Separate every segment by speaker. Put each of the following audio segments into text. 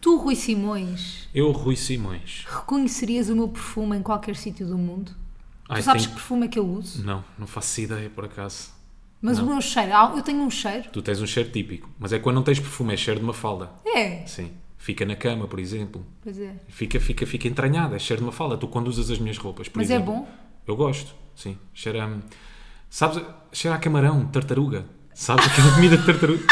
Speaker 1: Tu, Rui Simões,
Speaker 2: Eu, Rui Simões.
Speaker 1: reconhecerias o meu perfume em qualquer sítio do mundo?
Speaker 2: Ai,
Speaker 1: tu sabes
Speaker 2: tenho-
Speaker 1: que perfume é que eu uso?
Speaker 2: Não, não faço ideia por acaso.
Speaker 1: Mas o meu cheiro, há- eu tenho um cheiro.
Speaker 2: Tu tens um cheiro típico, mas é quando não tens perfume, é cheiro de uma falda.
Speaker 1: É,
Speaker 2: Sim. Fica na cama, por exemplo.
Speaker 1: pois é.
Speaker 2: Fica, fica, fica entranhada, é cheiro de uma falda. Tu quando usas as minhas roupas, por
Speaker 1: Mas é
Speaker 2: exemplo.
Speaker 1: bom?
Speaker 2: Eu gosto, sim. Cheira. a- Sabes? Cheira a camarão, tartaruga. Sabes aquela comida de tartaruga?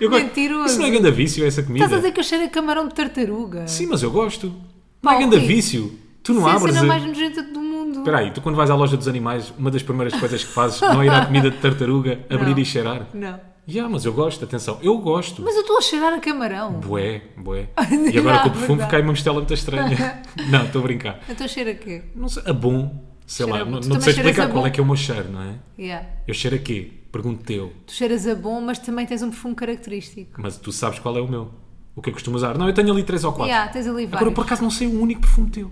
Speaker 2: Eu
Speaker 1: Mentiroso.
Speaker 2: Isso não é grande vício, essa comida?
Speaker 1: Estás a dizer que eu cheiro a camarão de tartaruga?
Speaker 2: Sim, mas eu gosto. Não
Speaker 1: Pá,
Speaker 2: é grande
Speaker 1: Rui,
Speaker 2: vício. Tu não
Speaker 1: Isso é a
Speaker 2: abres.
Speaker 1: cena
Speaker 2: a-
Speaker 1: mais nojenta do mundo.
Speaker 2: Espera aí, tu quando vais à loja dos animais, uma das primeiras coisas que fazes não é ir à comida de tartaruga, abrir e cheirar.
Speaker 1: Não.
Speaker 2: Ya, mas eu gosto, atenção, eu gosto.
Speaker 1: Mas eu estou a cheirar a camarão.
Speaker 2: Bué, bué. E agora
Speaker 1: Não,
Speaker 2: com o perfume
Speaker 1: verdade.
Speaker 2: cai uma mistela muito estranha. não, estou a brincar.
Speaker 1: Então cheira a quê?
Speaker 2: Não sei, a bom, sei
Speaker 1: Cheira
Speaker 2: lá,
Speaker 1: a bom.
Speaker 2: não,
Speaker 1: Tu
Speaker 2: não te
Speaker 1: também
Speaker 2: sei
Speaker 1: cheiras
Speaker 2: explicar
Speaker 1: a
Speaker 2: qual
Speaker 1: bom.
Speaker 2: é que é o meu cheiro, não é?
Speaker 1: Yeah.
Speaker 2: Eu cheiro a quê? Pergunto-te eu.
Speaker 1: Tu cheiras a bom, mas também tens um perfume característico.
Speaker 2: Mas tu sabes qual é o meu. O que eu costumo usar. Não, eu tenho ali três ou quatro.
Speaker 1: Yeah, tens ali
Speaker 2: Agora,
Speaker 1: vários.
Speaker 2: por acaso, não sei o único perfume teu.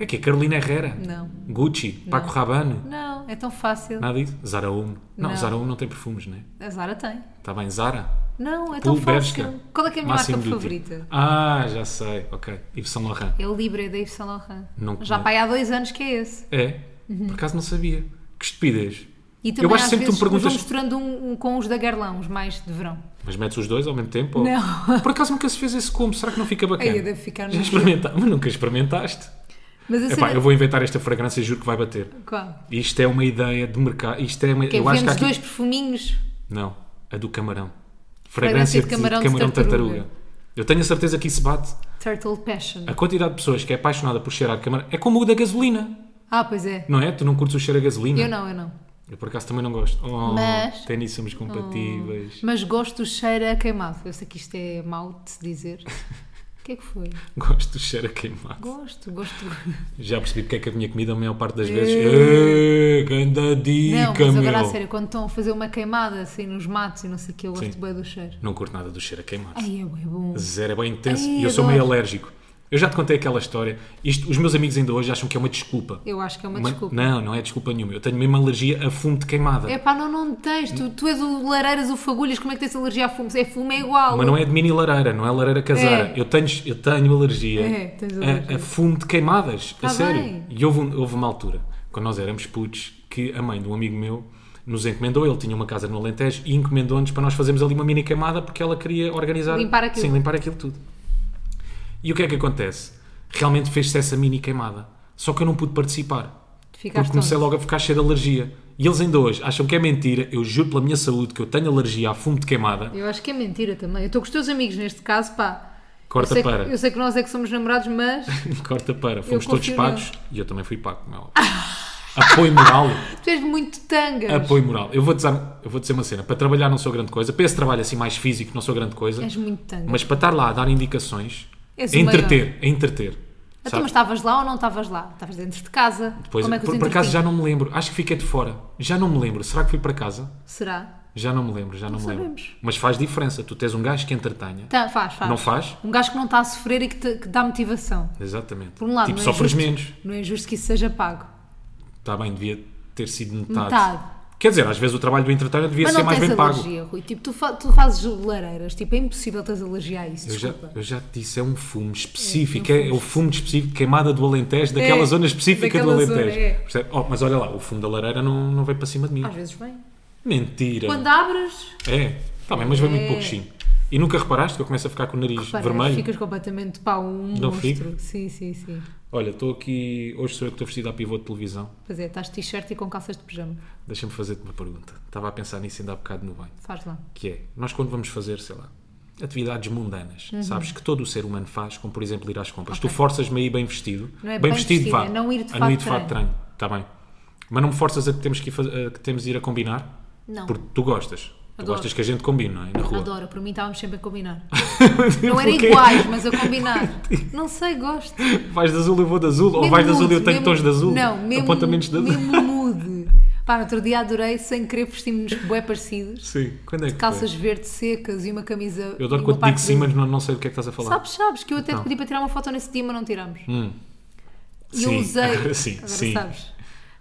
Speaker 2: É que é Carolina Herrera?
Speaker 1: Não.
Speaker 2: Gucci? Paco Rabanne?
Speaker 1: Não, é tão fácil.
Speaker 2: Nada disso? Zara Uno? Não,
Speaker 1: Não.
Speaker 2: Zara Uno não tem perfumes, né?
Speaker 1: A Zara tem.
Speaker 2: Está bem, Zara?
Speaker 1: Não, é tão
Speaker 2: Paul Bershka?
Speaker 1: fácil. Qual é que é a minha
Speaker 2: Massimo
Speaker 1: marca
Speaker 2: Dutti.
Speaker 1: favorita?
Speaker 2: Ah, já sei. Ok. Yves Saint Laurent.
Speaker 1: É o Libre da Yves Saint Laurent.
Speaker 2: Não
Speaker 1: Já
Speaker 2: conheço.
Speaker 1: pai há dois anos que é esse.
Speaker 2: É?
Speaker 1: Uhum.
Speaker 2: Por acaso não sabia. Que estupidez.
Speaker 1: E também
Speaker 2: eu acho
Speaker 1: às
Speaker 2: sempre que
Speaker 1: vezes
Speaker 2: tu me perguntas.
Speaker 1: vão misturando um, um com os da Guerlain, os mais de verão.
Speaker 2: Mas metes os dois ao mesmo tempo? ou-
Speaker 1: Não.
Speaker 2: Por acaso nunca se fez esse combo? Será que não fica bacana?
Speaker 1: Aí eu devo ficar
Speaker 2: Já
Speaker 1: no...
Speaker 2: experimentaste? Mas nunca experimentaste.
Speaker 1: Mas a
Speaker 2: Epá,
Speaker 1: cena...
Speaker 2: eu vou inventar esta fragrância e juro que vai bater.
Speaker 1: Qual?
Speaker 2: Isto é uma ideia de mercado. Isto é uma.
Speaker 1: Que é
Speaker 2: eu acho que há
Speaker 1: vendes
Speaker 2: aqui...
Speaker 1: dois perfuminhos.
Speaker 2: Não, a do camarão.
Speaker 1: Fragrância de camarão de tartaruga.
Speaker 2: Eu tenho a certeza que isso bate.
Speaker 1: Turtle Passion.
Speaker 2: A quantidade de pessoas que é apaixonada por cheirar camarão é como o da gasolina,
Speaker 1: Ah, pois é.
Speaker 2: não é? Tu não curtes o cheiro a gasolina?
Speaker 1: Eu não, eu não.
Speaker 2: Eu por acaso também não gosto. Oh,
Speaker 1: Mas- Oh.
Speaker 2: tem nisso somos compatíveis.
Speaker 1: Mas gosto do cheiro a queimado. Eu sei que isto é mau de se dizer. O que é que foi?
Speaker 2: Gosto do cheiro a queimado.
Speaker 1: Gosto, gosto.
Speaker 2: Já percebi porque é que a minha comida, a maior parte das vezes. Ê, Ganda
Speaker 1: Eh. Não,
Speaker 2: dica,
Speaker 1: mas
Speaker 2: meu!
Speaker 1: agora a sério, quando estão a fazer uma queimada assim nos matos e não sei o que, eu gosto
Speaker 2: Sim.
Speaker 1: bem do cheiro.
Speaker 2: Não curto nada do cheiro a queimado.
Speaker 1: Ai, é bué bom.
Speaker 2: Zero, é bem intenso.
Speaker 1: Ai,
Speaker 2: e eu sou meio
Speaker 1: adoro.
Speaker 2: alérgico. Eu já te contei aquela história. Isto, os meus amigos ainda hoje acham que é uma desculpa.
Speaker 1: Eu acho que é uma,
Speaker 2: Uma-
Speaker 1: desculpa.
Speaker 2: Não, não é desculpa nenhuma. Eu tenho mesmo alergia a fumo de queimada.
Speaker 1: É pá, não, não tens. Tu, tu és o Lareiras, o Fagulhas, como é que tens alergia a fumo? É fumo, é igual.
Speaker 2: Mas não é de mini lareira, não é lareira casara.
Speaker 1: É.
Speaker 2: Eu, tenho, eu tenho alergia,
Speaker 1: É, tens
Speaker 2: a- a,
Speaker 1: alergia.
Speaker 2: fumo de queimadas,
Speaker 1: Tá
Speaker 2: a sério.
Speaker 1: bem.
Speaker 2: E houve, um- houve uma altura, quando nós éramos putos, que a mãe de um amigo meu nos encomendou, ele tinha uma casa no Alentejo e encomendou-nos para nós fazermos ali uma mini queimada porque ela queria organizar...
Speaker 1: Limpar aquilo.
Speaker 2: Sim, limpar aquilo tudo. E o que é que acontece? Realmente fez-se essa mini queimada, só que eu não pude participar. Porque
Speaker 1: Ficaste
Speaker 2: comecei
Speaker 1: tonto.
Speaker 2: logo a ficar cheio de alergia. E eles ainda hoje acham que é mentira. Eu juro pela minha saúde que eu tenho alergia a fumo de queimada.
Speaker 1: Eu acho que é mentira também. Eu estou com os teus amigos neste caso, pá.
Speaker 2: Corta
Speaker 1: eu sei
Speaker 2: para.
Speaker 1: Que, eu sei que nós é que somos namorados, mas
Speaker 2: Corta para. Fomos
Speaker 1: Eu
Speaker 2: todos
Speaker 1: confio
Speaker 2: pagos e eu também fui pago. Como é óbvio. Apoio moral.
Speaker 1: tu és muito tangas.
Speaker 2: Apoio moral. Eu vou, dizer, eu vou dizer uma cena. Para trabalhar não sou grande coisa. Para esse trabalho assim mais físico não sou grande coisa.
Speaker 1: És muito tangas.
Speaker 2: Mas para estar lá a dar indicações,
Speaker 1: És
Speaker 2: a
Speaker 1: o
Speaker 2: entreter, a entreter.
Speaker 1: Então,
Speaker 2: sabe?
Speaker 1: mas estavas lá ou não estavas lá? Estavas dentro de casa?
Speaker 2: Depois,
Speaker 1: como é que os
Speaker 2: por, por acaso
Speaker 1: entretens?
Speaker 2: já não me lembro. Acho que fiquei de fora. Já não me lembro. Será que fui para casa?
Speaker 1: Será?
Speaker 2: Já não me lembro, já não, me lembro.
Speaker 1: sabemos.
Speaker 2: Mas faz diferença. Tu tens um gajo que entretenha.
Speaker 1: Tá, faz, faz.
Speaker 2: Não faz?
Speaker 1: Um gajo que não está a sofrer e que, te- que dá motivação.
Speaker 2: Exatamente.
Speaker 1: Por um lado,
Speaker 2: tipo,
Speaker 1: não é
Speaker 2: sofres
Speaker 1: justo,
Speaker 2: menos.
Speaker 1: Não é justo que isso seja pago.
Speaker 2: Está bem, devia ter sido metade.
Speaker 1: Metade.
Speaker 2: Quer dizer, às vezes o trabalho do entretenimento devia
Speaker 1: mas
Speaker 2: ser
Speaker 1: não
Speaker 2: mais
Speaker 1: tens
Speaker 2: bem pago.
Speaker 1: alergia, Rui. Tipo, tu, fa- tu fazes lareiras. Tipo, é impossível teres alergia a isso.
Speaker 2: Eu já,
Speaker 1: Desculpa. um
Speaker 2: eu já te disse, é um fumo específico, é, é o fumo específico de queimada do Alentejo, daquela
Speaker 1: É,
Speaker 2: zona específica do
Speaker 1: daquela
Speaker 2: Alentejo.
Speaker 1: zona, é.
Speaker 2: Percebe? Oh, mas olha lá, o fumo da lareira não, não veio para cima de mim.
Speaker 1: Às vezes vem.
Speaker 2: É. Mentira.
Speaker 1: Quando abres,
Speaker 2: É, está bem, mas veio muito
Speaker 1: É.
Speaker 2: pouquinho. E nunca reparaste que eu começo a ficar com o nariz
Speaker 1: repara,
Speaker 2: vermelho?
Speaker 1: ficas completamente pá, um
Speaker 2: Não
Speaker 1: monstro. Sim, sim, sim.
Speaker 2: Olha, estou aqui, hoje sou eu que estou vestido a pivô de televisão.
Speaker 1: Pois é, estás de t-shirt e com calças de pijama.
Speaker 2: Deixa-me fazer-te uma pergunta. Estava a pensar nisso ainda há bocado no banho.
Speaker 1: Faz lá.
Speaker 2: que é, nós quando vamos fazer, sei lá, atividades mundanas,
Speaker 1: Uhum.
Speaker 2: sabes, que todo o ser humano faz, como por exemplo ir às compras, tu forças-me a ir bem vestido,
Speaker 1: Não é
Speaker 2: bem
Speaker 1: bem
Speaker 2: vestido,
Speaker 1: vestido,
Speaker 2: vá,
Speaker 1: é não ir de
Speaker 2: a
Speaker 1: fato
Speaker 2: de
Speaker 1: de
Speaker 2: fato de treino, está bem, mas não me forças a que temos que ir, faz- a que temos de ir a combinar,
Speaker 1: Não.
Speaker 2: porque tu gostas, tu
Speaker 1: Adoro.
Speaker 2: gostas que a gente combine, não é, na rua.
Speaker 1: Adoro, por mim estávamos sempre a combinar.
Speaker 2: Não
Speaker 1: Não era iguais, mas a combinar. Não sei, gosto.
Speaker 2: Vais de azul eu vou de azul, ou
Speaker 1: Mesmo
Speaker 2: vais de azul e eu
Speaker 1: mood,
Speaker 2: tenho
Speaker 1: mesmo-
Speaker 2: tons de azul,
Speaker 1: Não, mesmo,
Speaker 2: apontamentos de azul.
Speaker 1: mesmo mood. Pá, no outro dia adorei, sem querer, vestimos bué parecidos.
Speaker 2: Sim, quando é que foi?
Speaker 1: Calças verde secas e uma camisa...
Speaker 2: Eu adoro
Speaker 1: e uma
Speaker 2: quando te digo
Speaker 1: parte
Speaker 2: sim,
Speaker 1: verde.
Speaker 2: mas não, não sei do que é que estás a falar.
Speaker 1: Sabes, sabes, que eu até
Speaker 2: Então. Hum.
Speaker 1: te pedi para tirar uma foto nesse dia, mas não tiramos. E
Speaker 2: Sim,
Speaker 1: eu usei...
Speaker 2: agora sim,
Speaker 1: Agora
Speaker 2: sim.
Speaker 1: sabes.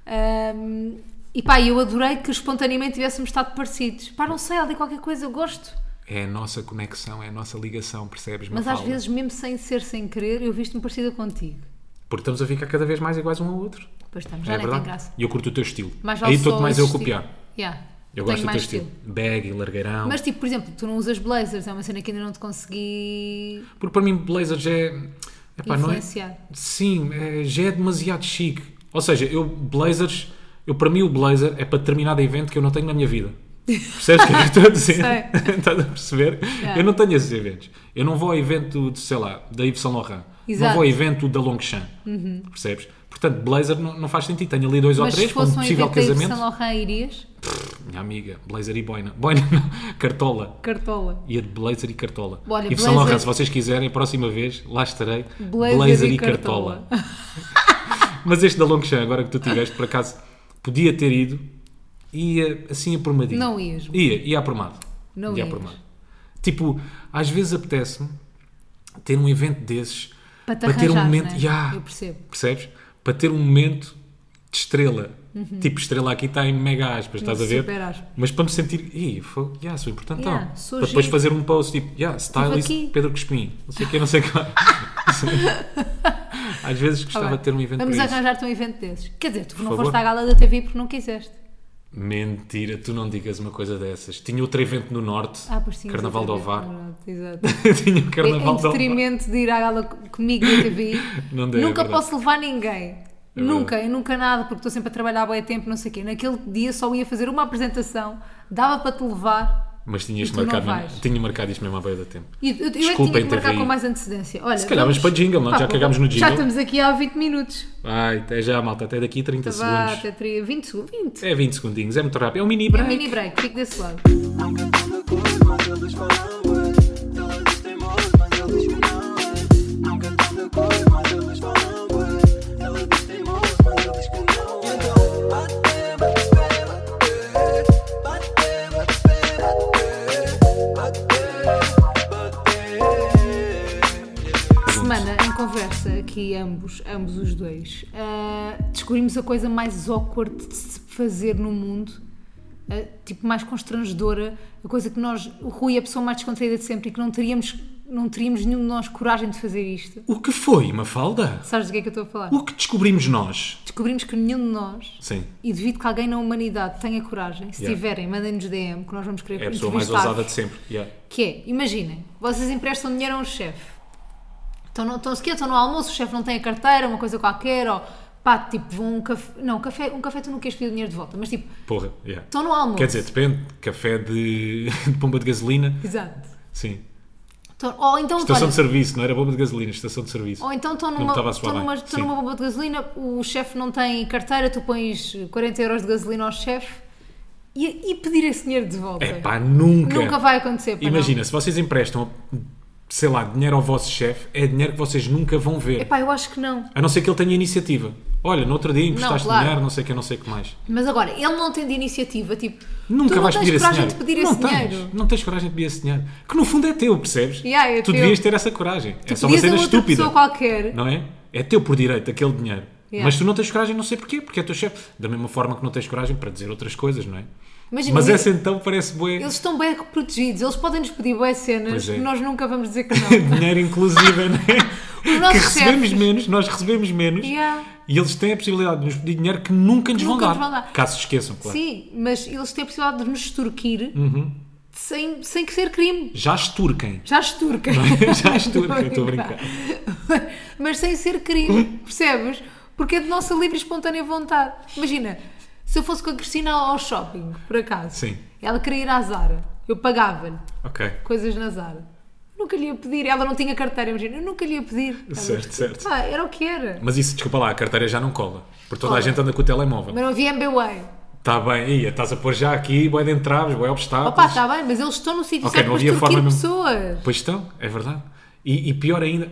Speaker 1: Ahm, e pá, eu adorei que espontaneamente tivéssemos estado parecidos. Pá, não sei, há ali qualquer coisa, eu gosto.
Speaker 2: É a nossa conexão, é a nossa ligação, percebes?
Speaker 1: Mas às
Speaker 2: Mafalda?
Speaker 1: vezes, mesmo sem ser sem querer, eu visto-me parecida contigo.
Speaker 2: Porque estamos a ficar cada vez mais iguais um ao outro.
Speaker 1: Pois estamos, já
Speaker 2: é
Speaker 1: nem
Speaker 2: verdade.
Speaker 1: tem graça.
Speaker 2: E eu curto o teu estilo.
Speaker 1: Mas
Speaker 2: Aí estou-te mais eu a
Speaker 1: existir-
Speaker 2: copiar.
Speaker 1: Yeah, tenho
Speaker 2: Eu gosto do teu
Speaker 1: mais
Speaker 2: estilo. Baggy, largueirão.
Speaker 1: Mas tipo, por exemplo, tu não usas blazers, é uma cena que ainda não te consegui
Speaker 2: Porque para mim, blazers é. Epá, não é...
Speaker 1: influenciar.
Speaker 2: Sim, é, já é demasiado chique. Ou seja, eu, blazers. Eu, para mim, o blazer é para determinado evento que eu não tenho na minha vida. Percebes o que é que eu estou a dizer?
Speaker 1: Sei.
Speaker 2: Estás a perceber?
Speaker 1: Yeah.
Speaker 2: Eu não tenho esses eventos. Eu não vou ao evento, de, sei lá, da Yves Saint Laurent. Não
Speaker 1: Exato. Uhum.
Speaker 2: vou ao evento da Longchamp. Percebes? Portanto, blazer não, não faz sentido. Tenho ali dois ou
Speaker 1: Mas
Speaker 2: três
Speaker 1: se
Speaker 2: para um
Speaker 1: fosse um
Speaker 2: possível
Speaker 1: evento da Yves
Speaker 2: casamento.
Speaker 1: Saint Laurent, irias?
Speaker 2: Minha amiga, blazer e boina. Boina não, cartola.
Speaker 1: Cartola.
Speaker 2: Ia de blazer e cartola.
Speaker 1: Olha,
Speaker 2: e São Laurent,
Speaker 1: blazer-
Speaker 2: se vocês quiserem, próxima vez, lá estarei.
Speaker 1: Blazer, e cartola.
Speaker 2: Mas este da Longchamp, agora que tu tiveste, por acaso, podia ter ido, ia assim aprumadinho.
Speaker 1: Não ias.
Speaker 2: Ia, ia aprumado.
Speaker 1: Não
Speaker 2: ia
Speaker 1: ias.
Speaker 2: aprumado. Tipo, às vezes apetece-me ter um evento desses
Speaker 1: Para te
Speaker 2: ter um
Speaker 1: arranjares,
Speaker 2: momento.
Speaker 1: né?
Speaker 2: Ya,
Speaker 1: Eu percebo.
Speaker 2: Percebes? Para ter um momento de estrela.
Speaker 1: Uhum.
Speaker 2: Tipo, estrela aqui está em mega aspas, estás a ver?
Speaker 1: Super aspas.
Speaker 2: Mas para me sentir, ih, foi, yeah, sou importantão.
Speaker 1: Yeah, sou
Speaker 2: para depois
Speaker 1: giro.
Speaker 2: fazer um post tipo, yeah, stylist
Speaker 1: aqui.
Speaker 2: Pedro Crespim, não sei o que, não sei o que. Às vezes
Speaker 1: Ah,
Speaker 2: gostava
Speaker 1: bem.
Speaker 2: de ter um evento
Speaker 1: Vamos
Speaker 2: para isso.
Speaker 1: arranjar-te um evento desses. Quer dizer, tu não
Speaker 2: favor.
Speaker 1: foste à gala da TV porque não quiseste.
Speaker 2: Mentira, tu não digas uma coisa dessas. Tinha outro evento no Norte,
Speaker 1: Ah, por cima.
Speaker 2: Carnaval do Ovar.
Speaker 1: Exato. É
Speaker 2: Tinha o Carnaval
Speaker 1: em
Speaker 2: do Ovar.
Speaker 1: detrimento de ir à gala co- comigo na TV.
Speaker 2: Não deu, é
Speaker 1: nunca
Speaker 2: verdade.
Speaker 1: posso levar ninguém.
Speaker 2: É
Speaker 1: nunca, eu nunca nada, porque estou sempre a trabalhar há bué tempo, não sei o quê. Naquele dia só ia fazer uma apresentação, dava para te levar.
Speaker 2: Mas tinhas
Speaker 1: E tu não
Speaker 2: marcado, mesmo-
Speaker 1: vais.
Speaker 2: tinha marcado isto mesmo à beira da tempo.
Speaker 1: E eu, eu é que
Speaker 2: Desculpem,
Speaker 1: tinha que marcar
Speaker 2: TVI.
Speaker 1: com mais antecedência. Olha,
Speaker 2: Se calhar vamos para jingle, não? é? Já
Speaker 1: pô,
Speaker 2: cagámos no jingle.
Speaker 1: Já estamos aqui há 20 minutos.
Speaker 2: Ai, até já, malta, até daqui 30
Speaker 1: Então Vá,
Speaker 2: segundos.
Speaker 1: até teria 20 segundos. 20.
Speaker 2: É 20 segundinhos, é muito rápido. É um mini
Speaker 1: É um
Speaker 2: break.
Speaker 1: mini break, fico desse lado.
Speaker 3: Nunca tive cor, mas eles falam bué. Ela diz teimoso, mas ele diz que não é. Nunca tive cor, mas eles falam bué. Ela diz teimoso, mas ele diz que não é. Então, bate, bate, bate, bate. Bate, bate, bate, bate.
Speaker 1: Semana em conversa aqui ambos, ambos os dois, ah, descobrimos a coisa mais awkward de se fazer no mundo, ah, tipo mais constrangedora, a coisa que nós, o Rui é a pessoa mais descontraída de sempre e que não teríamos, não teríamos nenhum de nós coragem de fazer isto.
Speaker 2: O que foi, Mafalda?
Speaker 1: Sabes do que é que eu estou a falar?
Speaker 2: O que descobrimos nós?
Speaker 1: Descobrimos que nenhum de nós,
Speaker 2: Sim.
Speaker 1: e devido que alguém na humanidade tenha coragem, se
Speaker 2: Yeah.
Speaker 1: tiverem, mandem-nos DM que nós vamos querer
Speaker 2: É a pessoa mais
Speaker 1: entrevistar-vos.
Speaker 2: ousada de sempre. Yeah.
Speaker 1: Que é, imaginem, vocês emprestam dinheiro a um chefe. Então Estão, no- estão, sequer estão no almoço, o chefe não tem a carteira, uma coisa qualquer, ou pá, tipo, vão um café. Não, um café, um café tu não queres pedir dinheiro de volta, mas tipo,
Speaker 2: Porra, yeah.
Speaker 1: estão no almoço.
Speaker 2: Quer dizer, depende. Café de, de bomba de gasolina.
Speaker 1: Exato.
Speaker 2: Sim.
Speaker 1: Estão- ou, então,
Speaker 2: Estação
Speaker 1: olha,
Speaker 2: de serviço, não era bomba de gasolina, estação de serviço.
Speaker 1: ou então estão
Speaker 2: Não me
Speaker 1: numa,
Speaker 2: estava a
Speaker 1: estão
Speaker 2: soar
Speaker 1: numa,
Speaker 2: bem.
Speaker 1: estão
Speaker 2: Sim.
Speaker 1: numa bomba de gasolina, o chefe não tem carteira, tu pões 40 euros de gasolina ao chefe e, e pedir esse dinheiro de volta.
Speaker 2: É pá, nunca.
Speaker 1: Nunca vai acontecer. pá, não.
Speaker 2: Imagina, se vocês emprestam, sei lá, dinheiro ao vosso chefe, é dinheiro que vocês nunca vão ver.
Speaker 1: Epá, É eu acho que não.
Speaker 2: A não ser que ele tenha iniciativa. Olha, no outro dia emprestaste
Speaker 1: claro.
Speaker 2: dinheiro, não sei o que, não sei o que mais.
Speaker 1: Mas agora, ele não tem de iniciativa, tipo, tu
Speaker 2: Nunca
Speaker 1: não
Speaker 2: vais
Speaker 1: tens
Speaker 2: pedir esse
Speaker 1: coragem
Speaker 2: dinheiro.
Speaker 1: de pedir
Speaker 2: não
Speaker 1: esse
Speaker 2: tens,
Speaker 1: dinheiro.
Speaker 2: Não tens coragem de pedir esse dinheiro. Que no fundo é teu, percebes?
Speaker 1: Yeah, é
Speaker 2: tu
Speaker 1: teu.
Speaker 2: devias ter essa coragem. é só uma
Speaker 1: Diz a
Speaker 2: cena
Speaker 1: outra
Speaker 2: estúpida.
Speaker 1: pessoa qualquer.
Speaker 2: Não é? É teu por direito aquele dinheiro.
Speaker 1: Yeah.
Speaker 2: Mas tu não tens coragem, não sei porquê, porque é teu chefe. Da mesma forma que não tens coragem para dizer outras coisas, não é?
Speaker 1: Imagina,
Speaker 2: Mas
Speaker 1: eles,
Speaker 2: essa então parece bué.
Speaker 1: eles estão bem protegidos, eles podem nos pedir boas cenas
Speaker 2: Pois é.
Speaker 1: que nós nunca vamos dizer que não.
Speaker 2: Dinheiro inclusive, não é?
Speaker 1: Os
Speaker 2: que
Speaker 1: nossos
Speaker 2: recebemos
Speaker 1: chefes.
Speaker 2: menos, nós recebemos menos.
Speaker 1: Yeah.
Speaker 2: E eles têm a possibilidade de nos pedir dinheiro que nunca nos
Speaker 1: Nunca
Speaker 2: vão,
Speaker 1: nos
Speaker 2: dar,
Speaker 1: vão dar.
Speaker 2: Caso se esqueçam, claro.
Speaker 1: Sim, mas eles têm a possibilidade de nos extorquir
Speaker 2: Uhum.
Speaker 1: sem, sem que ser crime.
Speaker 2: Já esturquem.
Speaker 1: Já extorquem. é
Speaker 2: Já esturquem, estou a brincar.
Speaker 1: mas sem ser crime, percebes? Porque é de nossa livre e espontânea vontade. Imagina, se eu fosse com a Cristina ao shopping, por acaso,
Speaker 2: Sim.
Speaker 1: ela queria ir à Zara, eu pagava-lhe.
Speaker 2: Ok.
Speaker 1: coisas na Zara. Nunca lhe ia pedir, ela não tinha carteira, imagina, eu nunca lhe ia pedir.
Speaker 2: Certo, certo.
Speaker 1: Pá, era o que era.
Speaker 2: Mas isso, desculpa lá, a carteira já não cola. Porque toda a
Speaker 1: Cola.
Speaker 2: gente anda com o telemóvel.
Speaker 1: Mas não havia MBWay.
Speaker 2: Está bem, ia, estás a pôr já aqui, boi de entraves, boi obstáculos.
Speaker 1: Opa, tá. está bem, mas eles estão no sítio
Speaker 2: Ok,
Speaker 1: certo
Speaker 2: não
Speaker 1: para
Speaker 2: havia
Speaker 1: extorquir
Speaker 2: forma mesmo.
Speaker 1: pessoas.
Speaker 2: Pois estão, é verdade. E, e pior ainda,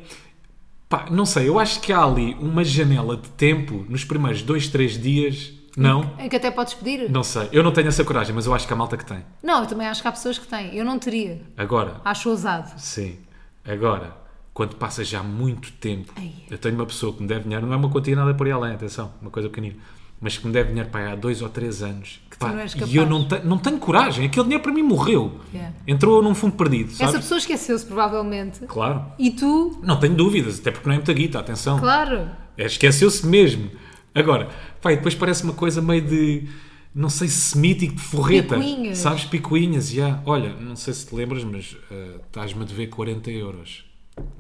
Speaker 2: pá, não sei, eu acho que há ali uma janela de tempo nos primeiros dois, três dias. Não,
Speaker 1: Em que até podes pedir?
Speaker 2: não sei. Eu não tenho essa coragem, mas eu acho que há malta que tem.
Speaker 1: Não, eu também acho que há pessoas que têm. Eu não teria.
Speaker 2: Agora,
Speaker 1: Acho ousado.
Speaker 2: sim, agora, quando passa já muito tempo,
Speaker 1: Ai.
Speaker 2: eu tenho uma pessoa que me deve dinheiro, não é uma quantia nada por aí além, atenção, uma coisa pequenina. mas que me deve dinheiro para aí há dois ou três anos.
Speaker 1: Que tu não és capaz.
Speaker 2: e eu não, te- não tenho coragem. Aquele dinheiro para mim morreu.
Speaker 1: Yeah.
Speaker 2: Entrou num fundo perdido, sabes?
Speaker 1: Essa pessoa esqueceu-se, provavelmente.
Speaker 2: Claro.
Speaker 1: E tu,
Speaker 2: Não tenho dúvidas, até porque não é muita guita, atenção.
Speaker 1: claro.
Speaker 2: É, Esqueceu-se mesmo. Agora, pá, e depois parece uma coisa meio de, não sei, semítico, de forreta.
Speaker 1: Picuinhas.
Speaker 2: Sabes, picuinhas, já. Olha, não sei se te lembras, mas ah, estás-me a dever 40 euros.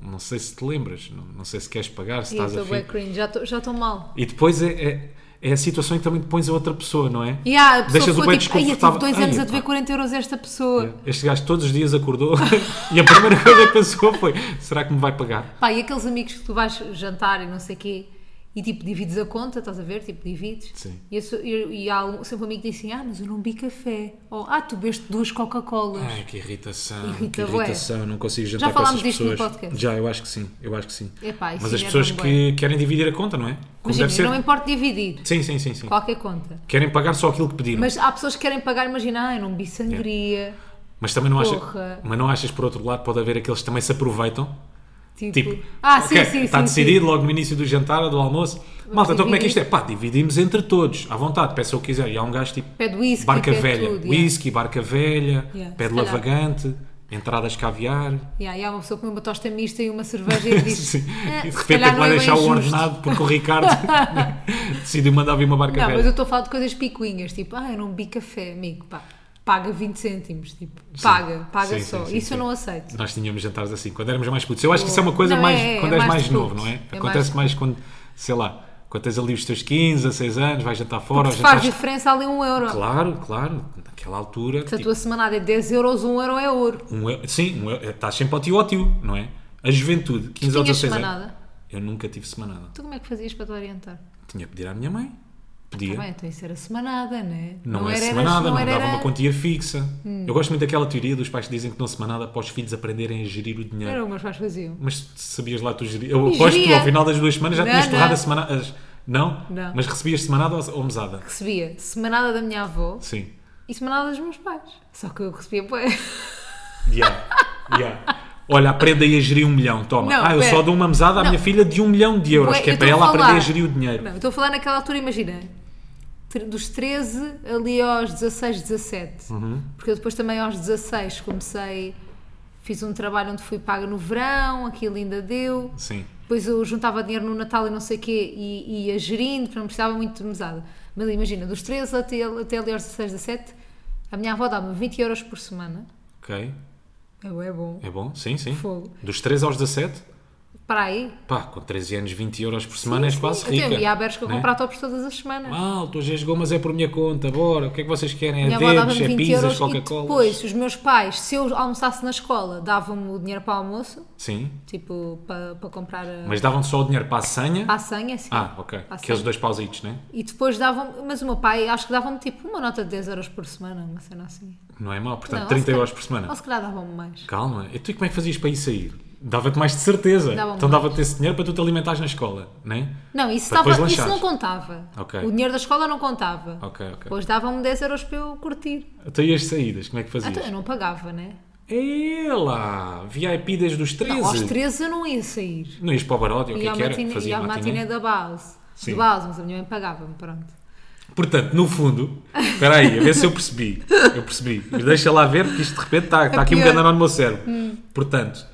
Speaker 2: Não sei se te lembras, não, não sei se queres pagar, se
Speaker 1: E eu
Speaker 2: estás
Speaker 1: estou
Speaker 2: a
Speaker 1: bem
Speaker 2: fim.
Speaker 1: cringe, já estou- já estou mal.
Speaker 2: E depois é, é, é a situação em que também te pões a outra pessoa, não é?
Speaker 1: E há, a pessoa
Speaker 2: Deixas o
Speaker 1: ficou
Speaker 2: bem
Speaker 1: tipo, ai, eu tive
Speaker 2: desconfortável."
Speaker 1: dois
Speaker 2: Ai,
Speaker 1: anos a
Speaker 2: epá.
Speaker 1: dever 40 euros a esta pessoa.
Speaker 2: Este gajo todos os dias acordou e a primeira coisa que pensou foi: será que me vai pagar?
Speaker 1: Pá, e aqueles amigos que tu vais jantar e não sei quê, e tipo, divides a conta, estás a ver? Tipo, divides.
Speaker 2: Sim.
Speaker 1: E, eu sou- eu- e há um, sempre um amigo que diz assim: Ah, mas eu não bebi café. Ou Ah, tu bebeste duas Coca-Colas.
Speaker 2: Ai, que irritação,
Speaker 1: Irrita
Speaker 2: que
Speaker 1: bué.
Speaker 2: irritação, não consigo jantar com
Speaker 1: falámos
Speaker 2: essas
Speaker 1: disto no
Speaker 2: pessoas.
Speaker 1: podcast.
Speaker 2: Já, eu acho que sim, eu acho que sim.
Speaker 1: Epá, isso
Speaker 2: Mas as
Speaker 1: enerva-me
Speaker 2: pessoas
Speaker 1: bué.
Speaker 2: que querem dividir a conta, não é? Como
Speaker 1: Imagina,
Speaker 2: deve ser.
Speaker 1: eu não me importo dividir
Speaker 2: Sim, sim, sim, sim.
Speaker 1: qualquer conta.
Speaker 2: Querem pagar só aquilo que pediram. Mas,
Speaker 1: Mas há pessoas que querem pagar, imagina, ah, eu não bebi sangria.
Speaker 2: também não achas,
Speaker 1: Porra.
Speaker 2: mas não achas por outro lado pode haver aqueles que também se aproveitam?
Speaker 1: Tipo,
Speaker 2: Tipo,
Speaker 1: ah,
Speaker 2: ok,
Speaker 1: sim, sim,
Speaker 2: está
Speaker 1: sim,
Speaker 2: decidido logo no início do jantar ou do almoço. Malta, então como é que isto
Speaker 1: dividir.
Speaker 2: é? Pá, dividimos entre todos, à vontade, peça o que quiser. E há um gajo tipo,
Speaker 1: Pede whisky,
Speaker 2: barca
Speaker 1: pede
Speaker 2: velha,
Speaker 1: tudo, yeah.
Speaker 2: whisky, barca velha,
Speaker 1: Yeah, se
Speaker 2: pede
Speaker 1: calhar.
Speaker 2: lavagante, entradas caviar.
Speaker 1: Yeah, e há uma pessoa que comeu uma tosta mista e uma cerveja e diz:
Speaker 2: Sim.
Speaker 1: "Ah,
Speaker 2: e de
Speaker 1: se
Speaker 2: repente
Speaker 1: calhar
Speaker 2: é que vai
Speaker 1: não é bem
Speaker 2: deixar o
Speaker 1: justo."
Speaker 2: ordenado porque o Ricardo decidiu mandar vir uma barca
Speaker 1: Não, mas
Speaker 2: velha.
Speaker 1: eu estou a falar de coisas picuinhas, tipo, ah, eu não bebi café, amigo, pá, paga 20 cêntimos, tipo, paga, paga
Speaker 2: Sim,
Speaker 1: só.
Speaker 2: sim, sim,
Speaker 1: Isso
Speaker 2: sim.
Speaker 1: eu não aceito.
Speaker 2: Nós tínhamos jantares assim, quando éramos mais putos. Eu acho que isso é uma coisa
Speaker 1: Não,
Speaker 2: mais
Speaker 1: é, é,
Speaker 2: quando
Speaker 1: é
Speaker 2: és
Speaker 1: mais
Speaker 2: mais,
Speaker 1: de
Speaker 2: novo,
Speaker 1: putos.
Speaker 2: não é?
Speaker 1: É
Speaker 2: Acontece mais quando, sei lá, quando tens ali os teus 15, 16 anos, vais jantar fora,
Speaker 1: Se
Speaker 2: vais
Speaker 1: faz
Speaker 2: jantar.
Speaker 1: diferença ali um euro.
Speaker 2: Claro, claro, naquela altura.
Speaker 1: Se a
Speaker 2: tipo,
Speaker 1: tua semanada é 10 euros, um euro é ouro.
Speaker 2: um eu- sim, um eu- estás sempre ao tio ao tio, não é? A juventude, 15 ou
Speaker 1: Tinhas
Speaker 2: 16 anos.
Speaker 1: semanada.
Speaker 2: Eu nunca tive semanada.
Speaker 1: Tu como é que fazias para te orientar?
Speaker 2: Tinha que pedir à minha mãe. Pedia.
Speaker 1: Tá bem, então isso era semanada, né?
Speaker 2: Não, é
Speaker 1: era- era-
Speaker 2: semanada, não,
Speaker 1: era-
Speaker 2: dava uma
Speaker 1: era- Hum.
Speaker 2: quantia fixa. Eu gosto muito daquela teoria dos pais que dizem que não semanada para os filhos aprenderem a gerir o dinheiro.
Speaker 1: Era o que meus pais faziam.
Speaker 2: Mas sabias lá tu gerir? Eu
Speaker 1: E
Speaker 2: aposto que tu,
Speaker 1: geria.
Speaker 2: ao final das duas semanas já
Speaker 1: Não,
Speaker 2: tinhas torrado
Speaker 1: não.
Speaker 2: a semana. as- Não?
Speaker 1: Não.
Speaker 2: Mas recebias semanada ou, ou mesada?
Speaker 1: Recebia semanada da minha avó
Speaker 2: Sim.
Speaker 1: e semanada dos meus pais. Só que eu recebia, bué.
Speaker 2: Yeah. yeah. Olha, aprenda aí a gerir um milhão, toma.
Speaker 1: Não,
Speaker 2: ah, eu
Speaker 1: pera.
Speaker 2: só dou uma mesada à
Speaker 1: Não.
Speaker 2: minha filha de um milhão de euros,
Speaker 1: Ué,
Speaker 2: que é
Speaker 1: eu
Speaker 2: para
Speaker 1: estou
Speaker 2: ela
Speaker 1: a falar.
Speaker 2: aprender a gerir o dinheiro.
Speaker 1: Não, eu estou a falar naquela altura, imagina, tre- dos 13 ali aos 16, 17.
Speaker 2: Uhum.
Speaker 1: Porque eu depois também aos 16 comecei, fiz um trabalho onde fui paga no verão, aquilo ainda deu.
Speaker 2: Sim.
Speaker 1: Depois eu juntava dinheiro no Natal e não sei o quê e e ia gerindo, porque não precisava muito de mesada. Mas imagina, dos 13 até, até ali aos 16, 17, a minha avó dava 20 euros por semana.
Speaker 2: Ok.
Speaker 1: É bué bom.
Speaker 2: É bom? Sim, sim.
Speaker 1: Fogo.
Speaker 2: Dos 3 aos 17,
Speaker 1: Para aí.
Speaker 2: pá, com 13 anos, 20 euros por semana és quase
Speaker 1: Até
Speaker 2: rica.
Speaker 1: Eu ia à Bershka
Speaker 2: né?
Speaker 1: comprar topos todas as semanas.
Speaker 2: Mal, tu as gomas é por minha conta, bora. O que é que vocês querem?
Speaker 1: Minha
Speaker 2: É
Speaker 1: avó
Speaker 2: dedos,
Speaker 1: dava-me
Speaker 2: é
Speaker 1: 20
Speaker 2: pizzas,
Speaker 1: euros e
Speaker 2: Coca-Cola.
Speaker 1: depois os meus pais, se eu almoçasse na escola, davam-me o dinheiro para o almoço,
Speaker 2: Sim,
Speaker 1: tipo, para, para comprar a,
Speaker 2: mas davam só o dinheiro para a senha.
Speaker 1: para a senha, assim.
Speaker 2: Ah, ok.
Speaker 1: Para a
Speaker 2: Aqueles
Speaker 1: senha.
Speaker 2: dois pausitos, né?
Speaker 1: E depois davam mas o meu pai, acho que davam-me tipo uma nota de 10 euros por semana, uma cena assim.
Speaker 2: Não é mau, portanto,
Speaker 1: Não,
Speaker 2: 30
Speaker 1: ou se
Speaker 2: euros por
Speaker 1: Ou
Speaker 2: semana.
Speaker 1: se calhar davam-me mais.
Speaker 2: Calma, e tu como é que fazias para isso sair? Dava-te mais de certeza.
Speaker 1: Davam-me
Speaker 2: então
Speaker 1: mais.
Speaker 2: dava-te esse dinheiro para tu te alimentares na escola, né?
Speaker 1: Não, isso,
Speaker 2: Para depois
Speaker 1: estava, isso não
Speaker 2: lanchares.
Speaker 1: contava.
Speaker 2: Ok.
Speaker 1: O dinheiro da escola não contava.
Speaker 2: Ok, ok.
Speaker 1: Depois davam-me 10 euros para eu curtir.
Speaker 2: Então e as saídas, como é que
Speaker 1: Ah, Então,
Speaker 2: fazias?
Speaker 1: eu não pagava, né?
Speaker 2: Ela! VIP desde os 13.
Speaker 1: Não, aos 13 eu não ia sair.
Speaker 2: Não ias para o Baródio, o que
Speaker 1: E
Speaker 2: é
Speaker 1: à
Speaker 2: que era?
Speaker 1: matina, e
Speaker 2: Fazia
Speaker 1: à matiné
Speaker 2: matiné.
Speaker 1: da base.
Speaker 2: Sim.
Speaker 1: De base, mas a minha mãe pagava-me, pronto.
Speaker 2: Portanto, no fundo, espera aí, a ver se eu percebi. Eu percebi. Mas deixa lá ver, porque isto de repente está, está aqui um
Speaker 1: É pior. Hum.
Speaker 2: ganarão no meu cérebro. Portanto,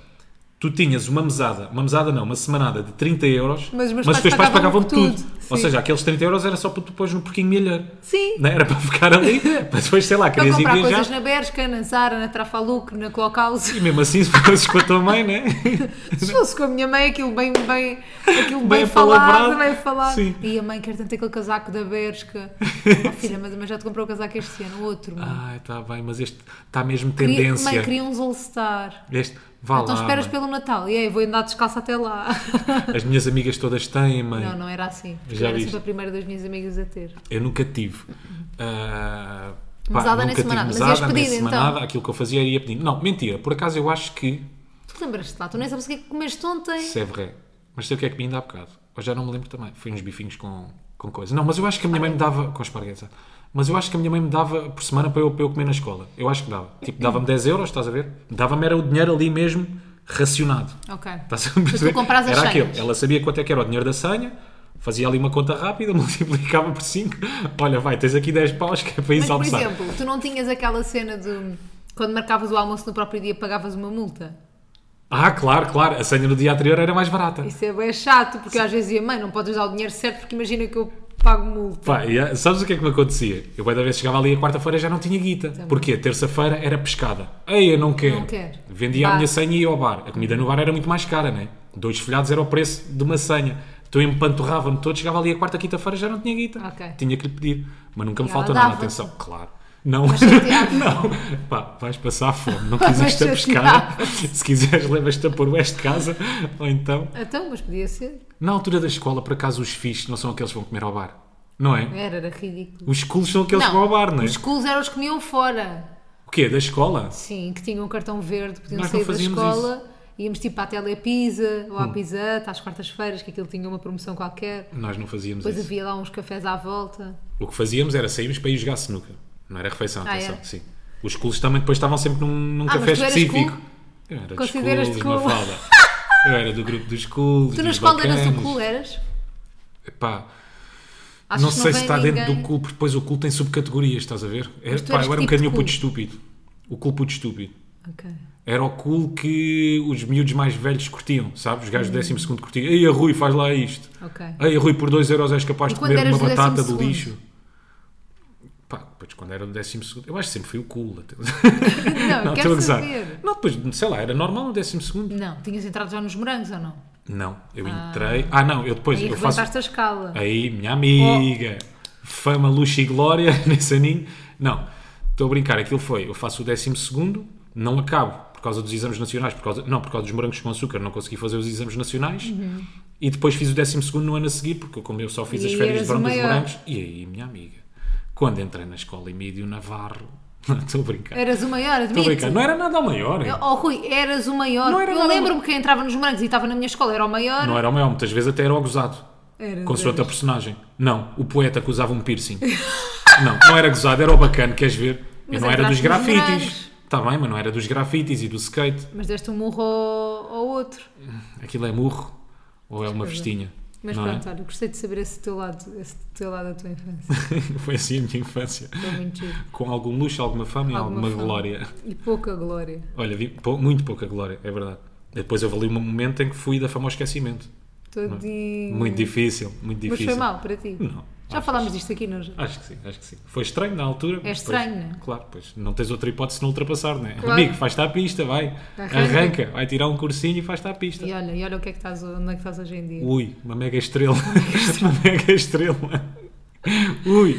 Speaker 2: tu tinhas uma mesada, uma mesada não, uma semanada de 30 euros,
Speaker 1: Mas os meus
Speaker 2: os
Speaker 1: pais
Speaker 2: teus pais pagavam
Speaker 1: pagavam-me
Speaker 2: tudo.
Speaker 1: tudo.
Speaker 2: Ou
Speaker 1: Sim.
Speaker 2: seja, aqueles 30 euros era só para tu pôres no porquinho milheiro.
Speaker 1: Sim.
Speaker 2: Não era para ficar ali, mas depois, sei lá,
Speaker 1: Para
Speaker 2: querias ir
Speaker 1: comprar
Speaker 2: viajar.
Speaker 1: coisas na Bershka, na Zara, na Trafaluc, na Clockhouse.
Speaker 2: E mesmo assim, se fosses com a tua mãe, né?
Speaker 1: Se fosse com a minha mãe, aquilo bem, bem, aquilo bem,
Speaker 2: Bem apalavrado.
Speaker 1: falado, bem falado.
Speaker 2: Sim.
Speaker 1: E a mãe quer tanto aquele casaco da Bershka. Oh, filha, mas a mãe já te comprou o casaco este ano, outro. mãe.
Speaker 2: Ai, está tá bem, mas este está mesmo
Speaker 1: Queria-
Speaker 2: Ah, tendência.
Speaker 1: mãe, queria uns All-Star.
Speaker 2: Este, vá
Speaker 1: Então
Speaker 2: lá,
Speaker 1: esperas
Speaker 2: mãe.
Speaker 1: pelo Natal. E aí, vou andar descalça até lá.
Speaker 2: As minhas amigas todas têm, mãe.
Speaker 1: Não, não era assim. Porque
Speaker 2: Já
Speaker 1: eu era
Speaker 2: viste.
Speaker 1: sempre a primeira das minhas amigas a ter.
Speaker 2: Eu nunca tive. Ah, pá,
Speaker 1: Mesada nem
Speaker 2: nunca tive
Speaker 1: semanada. Mas
Speaker 2: mesada,
Speaker 1: ias
Speaker 2: nem
Speaker 1: pedir, então?
Speaker 2: semanada. Aquilo que eu fazia era ia pedindo. Não, mentira. Por acaso eu acho que.
Speaker 1: Tu lembras-te lá? Tu nem sabes o que é que comeste ontem?
Speaker 2: Se é vrai. Mas sei o que é que me ainda há bocado. Eu já não me lembro também. Foi uns bifinhos com, com coisa. Não, mas eu acho que a minha mãe me dava. Com esparguete. sabe? Mas eu acho que a minha mãe me dava por semana para eu, para eu comer na escola. Eu acho que dava. Tipo, dava-me 10 euros, estás a ver? Dava-me era o dinheiro ali mesmo racionado.
Speaker 1: Ok.
Speaker 2: Estás Tá a perceber?
Speaker 1: compras as
Speaker 2: Era aquilo.
Speaker 1: senhas.
Speaker 2: Ela sabia quanto é que era o dinheiro da senha, Fazia ali uma conta rápida, multiplicava por 5. Olha, vai, tens aqui 10 paus que é para
Speaker 1: Mas,
Speaker 2: isso
Speaker 1: por
Speaker 2: almoçar.
Speaker 1: exemplo, tu não tinhas aquela cena de hum, quando marcavas o almoço no próprio dia pagavas uma multa?
Speaker 2: Ah, claro, claro. A senha no dia anterior era mais barata.
Speaker 1: Isso é bem chato, porque eu às vezes dizia, mãe, não podes dar o dinheiro certo porque imagina que eu pago multa.
Speaker 2: Pá, e, ah, sabes o que é que me acontecia? Eu cada vez chegava ali a quarta-feira já não tinha guita. Porquê? Terça-feira era pescada. Ei, eu não quero.
Speaker 1: Não quero.
Speaker 2: Vendia
Speaker 1: Bar.
Speaker 2: a minha senha e ia ao bar. A comida no bar era muito mais cara, né? Dois folhados era o preço de uma senha. Então eu empanturrava-me todo, chegava ali a quarta, quinta-feira já não tinha guita.
Speaker 1: Ok.
Speaker 2: Tinha que lhe pedir. Mas nunca me
Speaker 1: E ela
Speaker 2: falta nada,
Speaker 1: dava-te.
Speaker 2: atenção. Claro. Não.
Speaker 1: chateava-te.
Speaker 2: não. Pá, vais passar fome. Não quiseste a
Speaker 1: Mas
Speaker 2: pescada. Se quiseres, levas-te a pôr o de casa. Ou então.
Speaker 1: Então, mas podia ser.
Speaker 2: Na altura da escola, por acaso, os fixos não são aqueles que vão comer ao bar. Não é?
Speaker 1: Era, era ridículo.
Speaker 2: Os culos são aqueles que vão ao bar, não é?
Speaker 1: Os culos eram os que iam fora.
Speaker 2: O quê? Da escola?
Speaker 1: Sim, que tinham um cartão verde, podiam
Speaker 2: Nós não
Speaker 1: sair da
Speaker 2: fazíamos Hum.
Speaker 1: escola. Íamos tipo à Telepisa ou à Pisata, às quartas-feiras, que aquilo tinha uma promoção qualquer.
Speaker 2: Nós não fazíamos
Speaker 1: Depois
Speaker 2: isso.
Speaker 1: havia lá uns cafés à volta.
Speaker 2: O que fazíamos era sairmos para ir jogar sinuca. Não era refeição,
Speaker 1: Ah,
Speaker 2: atenção.
Speaker 1: era?
Speaker 2: Sim. Os culos também depois estavam sempre num, num
Speaker 1: Ah,
Speaker 2: café
Speaker 1: mas tu eras
Speaker 2: específico.
Speaker 1: cool?
Speaker 2: Eu era dos
Speaker 1: Consideras-te
Speaker 2: culos,
Speaker 1: cool?
Speaker 2: Mafalda. Eu era do grupo dos culos.
Speaker 1: Tu na
Speaker 2: dos
Speaker 1: escola eras o
Speaker 2: bacanas.
Speaker 1: culo, eras? é?
Speaker 2: Epá,
Speaker 1: Achas
Speaker 2: não
Speaker 1: que
Speaker 2: sei se
Speaker 1: vem
Speaker 2: está dentro
Speaker 1: ninguém?
Speaker 2: do culo, porque depois o culo tem subcategorias, estás a ver? É,
Speaker 1: tu
Speaker 2: pá,
Speaker 1: eras tipo
Speaker 2: eu era um
Speaker 1: de
Speaker 2: bocadinho
Speaker 1: culo.
Speaker 2: puto estúpido. O culo puto estúpido.
Speaker 1: Ok.
Speaker 2: Era o cool que os miúdos mais velhos curtiam, sabes? Os gajos do 12 segundo curtiam. Ei, a Rui, faz lá isto.
Speaker 1: Ok.
Speaker 2: Ei, Rui, por 2 euros és capaz
Speaker 1: E
Speaker 2: de
Speaker 1: quando
Speaker 2: comer
Speaker 1: eras
Speaker 2: uma
Speaker 1: do
Speaker 2: batata
Speaker 1: 12º?
Speaker 2: do lixo. Pá, depois quando era do 12 segundo, eu acho que sempre fui o cool. até-
Speaker 1: Não,
Speaker 2: Não,
Speaker 1: quero
Speaker 2: a gozar.
Speaker 1: saber.
Speaker 2: Não, depois, sei lá, era normal no 12 segundo.
Speaker 1: Não, tinhas entrado já nos morangos ou não?
Speaker 2: Não, eu entrei... Ah, não, eu depois...
Speaker 1: Aí
Speaker 2: eu faço... É.
Speaker 1: levantaste a escala.
Speaker 2: Aí, minha amiga,
Speaker 1: Oh.
Speaker 2: fama, luxo e glória nesse aninho. Não, estou a brincar, aquilo foi, eu faço o 12 segundo, não acabo por causa dos exames nacionais, por causa, não, por causa dos morangos com açúcar, não consegui fazer os exames nacionais. E depois fiz o 12 segundo no ano a seguir, porque como eu só fiz
Speaker 1: Uhum. E
Speaker 2: as férias
Speaker 1: eras
Speaker 2: de
Speaker 1: o
Speaker 2: verão dos
Speaker 1: maior.
Speaker 2: morangos. E aí, minha amiga, quando entrei na escola e Emílio Navarro, não, estou a brincar.
Speaker 1: Eras o maior,
Speaker 2: Estou a
Speaker 1: admito.
Speaker 2: brincar, não era nada ao maior. hein?
Speaker 1: Oh Rui, eras o maior.
Speaker 2: Não era
Speaker 1: eu
Speaker 2: nada-
Speaker 1: lembro-me que quem entrava nos morangos e estava na minha escola era o maior.
Speaker 2: Não é. era o maior, muitas vezes até era o gozado.
Speaker 1: Era,
Speaker 2: Consoante a
Speaker 1: era.
Speaker 2: personagem. Não, o poeta que usava um piercing. não, não era gozado, era o bacana, queres ver?
Speaker 1: Mas
Speaker 2: e não era dos
Speaker 1: entraste nos
Speaker 2: grafitis.
Speaker 1: morangos.
Speaker 2: Está bem, mas não era dos grafitis e do skate.
Speaker 1: Mas deste um murro ao, ao outro.
Speaker 2: Aquilo é murro ou é uma vestinha.
Speaker 1: Mas
Speaker 2: não é?
Speaker 1: pronto, olha, gostei de saber esse teu lado, esse teu lado da tua infância.
Speaker 2: É? Foi assim a minha infância.
Speaker 1: Foi muito giro.
Speaker 2: Com algum luxo, alguma fama e
Speaker 1: Alguma
Speaker 2: alguma
Speaker 1: fama.
Speaker 2: glória.
Speaker 1: E pouca glória.
Speaker 2: Olha, vi pou- muito pouca glória, é verdade. Depois houve ali um momento em que fui da fama ao esquecimento.
Speaker 1: Todinho.
Speaker 2: é? Muito difícil, muito
Speaker 1: Hum. Mas
Speaker 2: difícil.
Speaker 1: foi mal para ti.
Speaker 2: Não. ah,
Speaker 1: Já falámos disto aqui, não já?
Speaker 2: Acho que sim, acho que sim. Foi estranho na altura. mas
Speaker 1: estranho,
Speaker 2: depois-
Speaker 1: né?
Speaker 2: Claro, pois É não tens outra hipótese de não ultrapassar, né?
Speaker 1: Claro.
Speaker 2: Amigo, faz-te à pista, vai.
Speaker 1: Arranca.
Speaker 2: Arranca. vai tirar um cursinho e faz-te à pista.
Speaker 1: E olha, e olha o que é que estás, onde é que estás hoje em dia.
Speaker 2: Ui, uma mega estrela. uma mega estrela. Ui.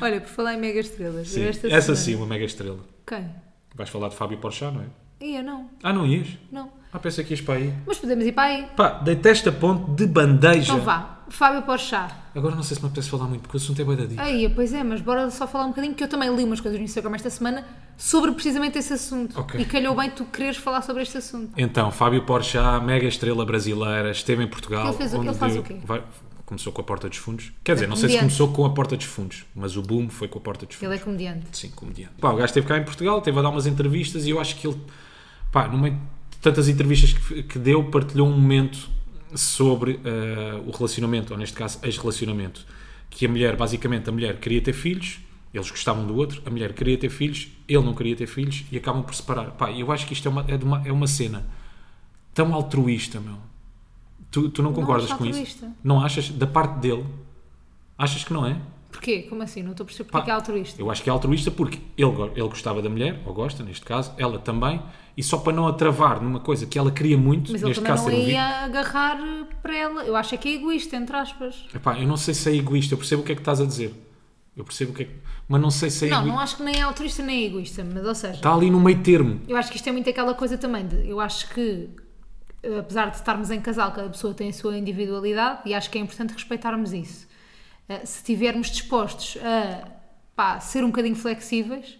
Speaker 1: Olha, por falar em mega estrelas.
Speaker 2: Sim,
Speaker 1: eu
Speaker 2: essa
Speaker 1: esta
Speaker 2: sim,
Speaker 1: semana-
Speaker 2: uma mega estrela.
Speaker 1: Quem?
Speaker 2: Vais falar de Fábio Porchat, não é?
Speaker 1: E eu não,
Speaker 2: Ah, não ias?
Speaker 1: não.
Speaker 2: Ah, pensa que ias para aí.
Speaker 1: Mas podemos ir para aí.
Speaker 2: Pá, deiteste a ponte de bandeja.
Speaker 1: Então vá, Fábio Porchat.
Speaker 2: Agora não sei se me apetece falar muito, porque o assunto é boi da dica.
Speaker 1: Aí, pois é, mas bora só falar um bocadinho, porque eu também li umas coisas no Instagram esta semana sobre precisamente esse assunto.
Speaker 2: Ok.
Speaker 1: E calhou bem tu quereres falar sobre este assunto.
Speaker 2: Então, Fábio Porchat, mega estrela brasileira, esteve em Portugal.
Speaker 1: Ele fez o- ele faz o quê? Um
Speaker 2: vai- começou com a Porta dos Fundos. Quer dizer, não sei se
Speaker 1: comediante.
Speaker 2: começou com a Porta dos Fundos, mas o boom foi com a Porta dos Fundos.
Speaker 1: Ele é comediante.
Speaker 2: Sim, comediante. Pá, o gajo esteve cá em Portugal, esteve a dar umas entrevistas e eu acho que ele, pá, no meio de tantas entrevistas que, que deu, partilhou um momento sobre eh, o relacionamento, ou neste caso, ex-relacionamento. Que a mulher, basicamente, a mulher queria ter filhos, eles gostavam do outro, a mulher queria ter filhos, ele não queria ter filhos e acabam por separar. Pá, eu acho que isto é uma, é de uma, é uma cena tão altruísta, meu. Tu, tu não concordas
Speaker 1: acho
Speaker 2: com isso?
Speaker 1: altruísta.
Speaker 2: Não achas? Da parte dele, achas que não é?
Speaker 1: Porquê? Como assim? Não estou a perceber
Speaker 2: Pá,
Speaker 1: porque é altruísta.
Speaker 2: Eu acho que é altruísta porque ele, go- ele gostava da mulher, ou gosta, neste caso, ela também, e só para não a travar numa coisa que ela queria muito,
Speaker 1: Mas ele
Speaker 2: neste
Speaker 1: também
Speaker 2: caso
Speaker 1: não
Speaker 2: ser um
Speaker 1: ia
Speaker 2: vídeo.
Speaker 1: agarrar para ela. Eu acho é que é egoísta, entre aspas.
Speaker 2: Epá, eu não sei se é egoísta, eu percebo o que é que estás a dizer. Eu percebo o que é que. Mas não sei se é
Speaker 1: Não,
Speaker 2: egoísta.
Speaker 1: não acho que nem é altruísta nem é egoísta, mas ou seja,
Speaker 2: Está ali no meio termo.
Speaker 1: eu acho que isto é muito aquela coisa também de. Eu acho que, eh, apesar de estarmos em casal, cada pessoa tem a sua individualidade e acho que é importante respeitarmos isso. Eh, Se estivermos dispostos a pá, ser um bocadinho flexíveis,